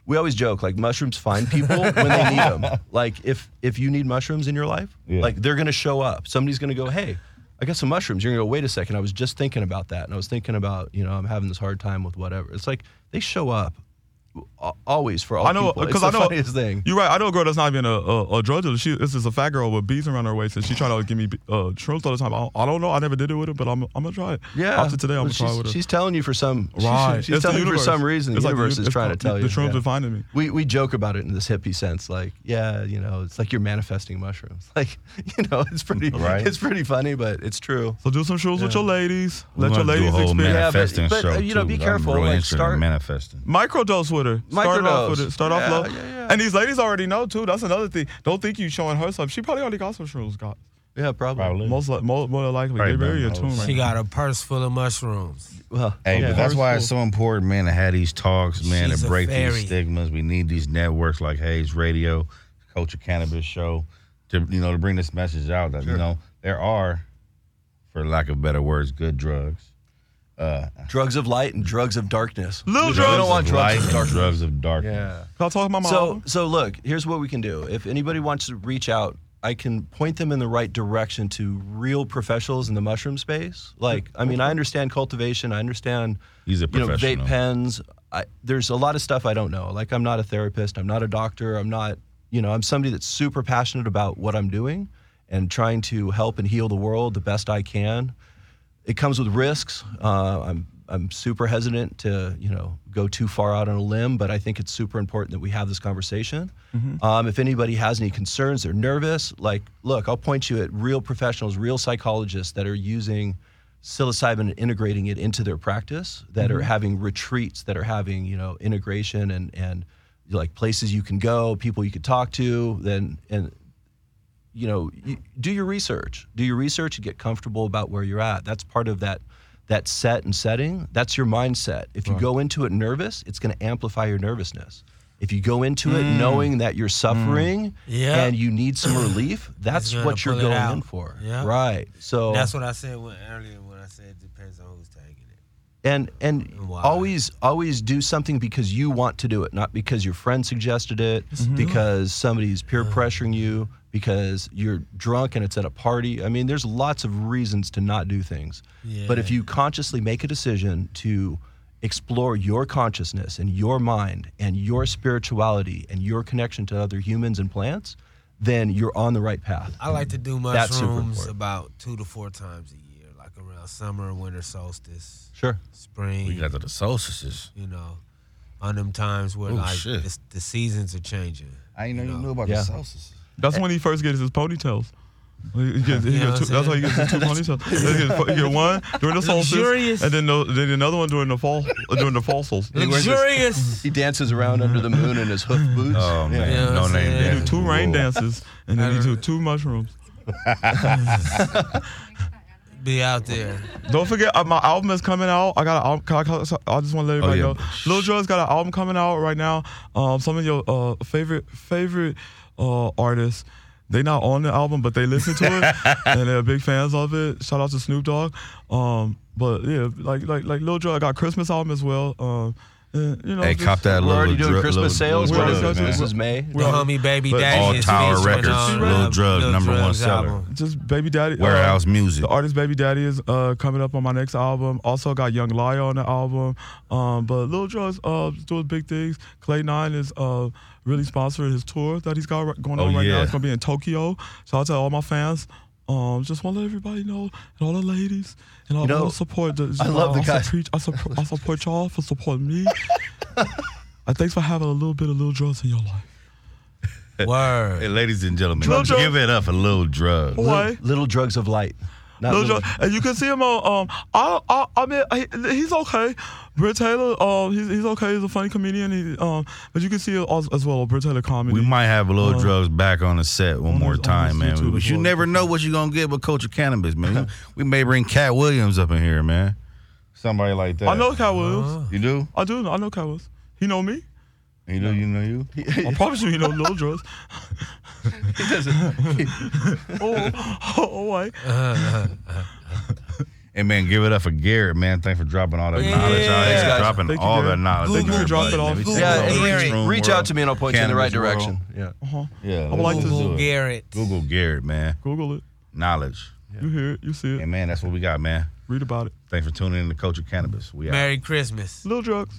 [SPEAKER 5] we always joke like mushrooms find people when they
[SPEAKER 3] *laughs*
[SPEAKER 5] need them. Like if if you need mushrooms in your life,
[SPEAKER 2] Yeah.
[SPEAKER 5] like they're gonna show up. Somebody's gonna go, hey. I got some mushrooms. You're gonna go. Wait a second. I was just thinking about that, and I was thinking about you know I'm having this hard time with whatever. It's like they show up al- always for all
[SPEAKER 3] I know
[SPEAKER 5] people. It's
[SPEAKER 3] because
[SPEAKER 5] the
[SPEAKER 3] I know
[SPEAKER 5] funniest thing.
[SPEAKER 3] You're right. I know a girl that's not even a, a, a drug dealer. She this is a fat girl with beads around her waist, and she trying to give me uh, shrooms all the time. I don't, I don't know. I never did it with her, but I'm I'm gonna try it.
[SPEAKER 5] yeah.
[SPEAKER 3] After today, I'm
[SPEAKER 5] Well,
[SPEAKER 3] gonna try it
[SPEAKER 5] she's,
[SPEAKER 3] with her.
[SPEAKER 5] she's telling you for some. she- she-
[SPEAKER 3] Right.
[SPEAKER 5] she's
[SPEAKER 3] It's the
[SPEAKER 5] telling you for
[SPEAKER 3] universe.
[SPEAKER 5] some reason. The
[SPEAKER 3] It's like the
[SPEAKER 5] universe
[SPEAKER 3] uni-
[SPEAKER 5] is
[SPEAKER 3] it's
[SPEAKER 5] trying to
[SPEAKER 3] called-
[SPEAKER 5] tell
[SPEAKER 3] the
[SPEAKER 5] you.
[SPEAKER 3] shrooms are finding me.
[SPEAKER 5] We we joke about it in this hippie sense, like yeah, you know, it's like you're manifesting mushrooms. *laughs* Like you know, it's pretty
[SPEAKER 2] Right.
[SPEAKER 5] it's pretty funny, but it's true.
[SPEAKER 3] So do some shrooms with your ladies.
[SPEAKER 2] We're
[SPEAKER 3] Let
[SPEAKER 2] gonna do
[SPEAKER 3] your
[SPEAKER 2] a
[SPEAKER 3] ladies
[SPEAKER 2] whole
[SPEAKER 3] experience.
[SPEAKER 5] man- Yeah, but-
[SPEAKER 2] manifesting
[SPEAKER 5] but,
[SPEAKER 2] show
[SPEAKER 5] uh, you know,
[SPEAKER 2] too,
[SPEAKER 5] be
[SPEAKER 2] 'cause
[SPEAKER 5] careful,
[SPEAKER 2] I'm really
[SPEAKER 5] like,
[SPEAKER 2] interested in
[SPEAKER 5] start-
[SPEAKER 2] manifesting.
[SPEAKER 3] Microdose with her. Start it off with
[SPEAKER 5] Microdose.
[SPEAKER 3] it. Start off
[SPEAKER 5] Yeah,
[SPEAKER 3] low.
[SPEAKER 5] yeah, yeah.
[SPEAKER 3] And these ladies already know too. That's another thing. Don't think you showing her something. She probably already got some shrooms. Got
[SPEAKER 5] Yeah, probably.
[SPEAKER 2] Probably.
[SPEAKER 3] most li- more, more than likely.
[SPEAKER 2] Right,
[SPEAKER 3] They're very
[SPEAKER 2] man.
[SPEAKER 3] in tune right
[SPEAKER 4] She
[SPEAKER 3] now.
[SPEAKER 4] got a purse full of mushrooms.
[SPEAKER 5] Well,
[SPEAKER 2] Hey,
[SPEAKER 5] yeah.
[SPEAKER 2] but that's why it's so important, man, to have these talks, man,
[SPEAKER 4] She's
[SPEAKER 2] to
[SPEAKER 4] a
[SPEAKER 2] break
[SPEAKER 4] fairy.
[SPEAKER 2] these stigmas. We need these networks like Hayes Radio, Culture Cannabis Show, to you know, to bring this message out that you know there are, for lack of better words, good drugs.
[SPEAKER 5] drugs of light and drugs of darkness.
[SPEAKER 3] Little
[SPEAKER 5] we
[SPEAKER 3] drugs.
[SPEAKER 5] don't want drugs
[SPEAKER 2] Light
[SPEAKER 5] of
[SPEAKER 2] and
[SPEAKER 5] darkness.
[SPEAKER 2] drugs of darkness.
[SPEAKER 5] Yeah.
[SPEAKER 3] Can I talk about my
[SPEAKER 5] So
[SPEAKER 3] album?
[SPEAKER 5] so look, here's what we can do. If anybody wants to reach out, I can point them in the right direction to real professionals in the mushroom space. Like, I mean, I understand cultivation. I understand.
[SPEAKER 2] He's a
[SPEAKER 5] you know, vape
[SPEAKER 2] professional.
[SPEAKER 5] pens. I, there's a lot of stuff I don't know. Like, I'm not a therapist. I'm not a doctor. I'm not. You know, I'm somebody that's super passionate about what I'm doing and trying to help and heal the world the best I can it comes with risks. Uh, I'm I'm super hesitant to you know go too far out on a limb, but I think it's super important that we have this conversation. Um, if anybody has any concerns, they're nervous. Like, look, I'll point you at real professionals, real psychologists that are using psilocybin and integrating it into their practice, that are having retreats, that are having you know integration and and like places you can go, people you can talk to, then and you know you, do your research do your research and get comfortable about where you're at that's part of that that set and setting that's your mindset if you go into it nervous it's going to amplify your nervousness if you go into it knowing that you're suffering
[SPEAKER 4] Mm. Yeah.
[SPEAKER 5] and you need
[SPEAKER 4] *clears throat*
[SPEAKER 5] some relief that's
[SPEAKER 4] gonna
[SPEAKER 5] what you're
[SPEAKER 4] pull it
[SPEAKER 5] going
[SPEAKER 4] out.
[SPEAKER 5] in for
[SPEAKER 4] Yeah.
[SPEAKER 5] right so
[SPEAKER 4] That's what I said when, earlier when I said it depends on who's taking it.
[SPEAKER 5] and and
[SPEAKER 4] Why?
[SPEAKER 5] always always do something because you want to do it not because your friend suggested it because somebody's peer pressuring you because you're drunk and it's at a party i mean there's lots of reasons to not do things but if
[SPEAKER 4] Yeah.
[SPEAKER 5] you consciously make a decision to explore your consciousness and your mind and your spirituality and your connection to other humans and plants then you're on the right path
[SPEAKER 4] I like to do
[SPEAKER 5] That's super
[SPEAKER 4] mushrooms
[SPEAKER 5] important.
[SPEAKER 4] about two to four times a year, like around summer, winter solstice,
[SPEAKER 5] sure
[SPEAKER 4] spring.
[SPEAKER 2] We got to the solstices.
[SPEAKER 4] you know, on them times where
[SPEAKER 2] Oh,
[SPEAKER 4] like
[SPEAKER 2] shit.
[SPEAKER 4] the, the seasons are changing.
[SPEAKER 2] I didn't know you knew about
[SPEAKER 5] Yeah.
[SPEAKER 2] the solstices.
[SPEAKER 3] That's when he first gets his ponytails. He- he gets- he
[SPEAKER 4] Eh. You know
[SPEAKER 3] gets
[SPEAKER 4] what
[SPEAKER 3] two-
[SPEAKER 4] I'm
[SPEAKER 3] that's why he gets his two ponytails. He gets, he get one during the
[SPEAKER 4] *laughs*
[SPEAKER 3] solstice,
[SPEAKER 4] Luxurious.
[SPEAKER 3] and then, the, then another one during the fall, uh, during the fall solstice.
[SPEAKER 5] wears this-
[SPEAKER 4] Luxurious.
[SPEAKER 5] he dances around under the moon in his hoof boots
[SPEAKER 2] Oh man,
[SPEAKER 4] Yeah,
[SPEAKER 2] no name
[SPEAKER 4] I'm saying.
[SPEAKER 2] dances.
[SPEAKER 3] do two rain
[SPEAKER 2] Whoa.
[SPEAKER 3] dances and then
[SPEAKER 4] I
[SPEAKER 3] you do
[SPEAKER 4] don't-
[SPEAKER 3] two mushrooms.
[SPEAKER 4] be out there.
[SPEAKER 3] Don't forget, uh, my album is coming out. I got an album. Can I, call- so- I just want to let everybody
[SPEAKER 2] Oh, yeah.
[SPEAKER 3] know. Lil Joe's got an album coming out right now. Um, some of your uh, favorite favorite uh, artists, they not on the album, but they listen to
[SPEAKER 2] *laughs*
[SPEAKER 3] it and they're big fans of it. Shout out to Snoop Dogg. Um, but yeah, like like like Lil Joe, I got Christmas album as well. Um, and, you know,
[SPEAKER 2] Hey,
[SPEAKER 3] just-
[SPEAKER 2] cop that
[SPEAKER 5] We're
[SPEAKER 2] little
[SPEAKER 5] already doing
[SPEAKER 2] dru-
[SPEAKER 5] Christmas
[SPEAKER 2] little-
[SPEAKER 5] sales.
[SPEAKER 2] little
[SPEAKER 5] What
[SPEAKER 3] We're
[SPEAKER 5] is
[SPEAKER 2] drug,
[SPEAKER 3] already-
[SPEAKER 5] this?
[SPEAKER 2] man.
[SPEAKER 5] This is May.
[SPEAKER 4] The homie Baby Daddy
[SPEAKER 2] All
[SPEAKER 4] is
[SPEAKER 2] Tower
[SPEAKER 4] featuring
[SPEAKER 2] Records,
[SPEAKER 4] on,
[SPEAKER 2] Lil
[SPEAKER 4] uh,
[SPEAKER 2] Drug,
[SPEAKER 4] Lil
[SPEAKER 2] number one
[SPEAKER 4] Drug's
[SPEAKER 2] seller. *laughs*
[SPEAKER 4] album.
[SPEAKER 3] Just Baby Daddy. uh,
[SPEAKER 2] Warehouse music.
[SPEAKER 3] The artist Baby Daddy is uh, coming up on my next album. Also got Young Liar on the album. Um, but Lil Jon is uh, doing big things. Clay Nine is uh, really sponsoring his tour that he's got ri- going on
[SPEAKER 2] Oh,
[SPEAKER 3] right now.
[SPEAKER 2] yeah.
[SPEAKER 3] It's gonna be in Tokyo. Shout out to all my fans. Um, just want to let everybody know, and all the ladies, and all,
[SPEAKER 5] You know,
[SPEAKER 3] all the support. That,
[SPEAKER 5] I love the
[SPEAKER 3] I
[SPEAKER 5] guy.
[SPEAKER 3] Support, I, support, I support y'all for supporting
[SPEAKER 5] *laughs*
[SPEAKER 3] me. and thanks for having a little bit of Lil drugs in your life.
[SPEAKER 4] Word.
[SPEAKER 2] Hey, ladies and gentlemen,
[SPEAKER 3] Lil Drug.
[SPEAKER 2] give it up for Lil Drug.
[SPEAKER 3] Why?
[SPEAKER 5] Little drugs of light. Not
[SPEAKER 3] Lil
[SPEAKER 5] little-
[SPEAKER 3] Jon- and you can see him on. Um, I, I, I mean, he, he's okay. Britt Taylor, um, he's, he's okay. He's a funny comedian. He, um, but you can see as, as well Britt Taylor comedy.
[SPEAKER 2] We might have a little
[SPEAKER 3] Uh,
[SPEAKER 2] drugs back on the set one
[SPEAKER 3] on
[SPEAKER 2] more
[SPEAKER 3] this- on
[SPEAKER 2] time,
[SPEAKER 3] this
[SPEAKER 2] man.
[SPEAKER 3] YouTube
[SPEAKER 2] But
[SPEAKER 3] as
[SPEAKER 2] you
[SPEAKER 3] well.
[SPEAKER 2] never know what you're gonna get with culture cannabis, man.
[SPEAKER 3] *laughs*
[SPEAKER 2] we may bring Cat Williams up in here, man. Somebody like that. Uh-huh.
[SPEAKER 3] I know Cat Williams.
[SPEAKER 2] You do?
[SPEAKER 3] I do. know- I know Cat Williams. He
[SPEAKER 2] *laughs*
[SPEAKER 3] know me.
[SPEAKER 2] You do? You know
[SPEAKER 3] *laughs*
[SPEAKER 2] you?
[SPEAKER 3] I promise you, he know
[SPEAKER 2] *laughs*
[SPEAKER 3] Lil Drugs. oh, *laughs* oh, oh, why?
[SPEAKER 2] Hey man, give it up for Garrett, man. Thanks for dropping all that
[SPEAKER 4] Yeah.
[SPEAKER 2] knowledge. out. Thanks for
[SPEAKER 5] Thank you,
[SPEAKER 2] dropping
[SPEAKER 3] Garrett.
[SPEAKER 2] all that knowledge. Thank you
[SPEAKER 3] Google,
[SPEAKER 2] for
[SPEAKER 3] drop it
[SPEAKER 2] everybody, man.
[SPEAKER 3] off.
[SPEAKER 2] We
[SPEAKER 3] Google.
[SPEAKER 2] see
[SPEAKER 5] Yeah,
[SPEAKER 2] all
[SPEAKER 5] and
[SPEAKER 2] over
[SPEAKER 4] Reach
[SPEAKER 5] reach,
[SPEAKER 2] the
[SPEAKER 5] reach
[SPEAKER 2] world.
[SPEAKER 5] out to me and I'll point you in the right
[SPEAKER 2] Cannabis world.
[SPEAKER 5] direction. Yeah.
[SPEAKER 2] Yeah,
[SPEAKER 3] would like
[SPEAKER 2] let's
[SPEAKER 3] to-
[SPEAKER 2] do
[SPEAKER 4] Google
[SPEAKER 2] it.
[SPEAKER 4] Garrett.
[SPEAKER 2] Google Garrett, man.
[SPEAKER 3] Google it.
[SPEAKER 2] Knowledge.
[SPEAKER 3] You hear it. You see it.
[SPEAKER 2] And man, that's what we got, man.
[SPEAKER 3] Read about it.
[SPEAKER 2] Thanks for tuning in to Culture Cannabis. We out.
[SPEAKER 4] Merry Christmas.
[SPEAKER 3] Lil Drugs.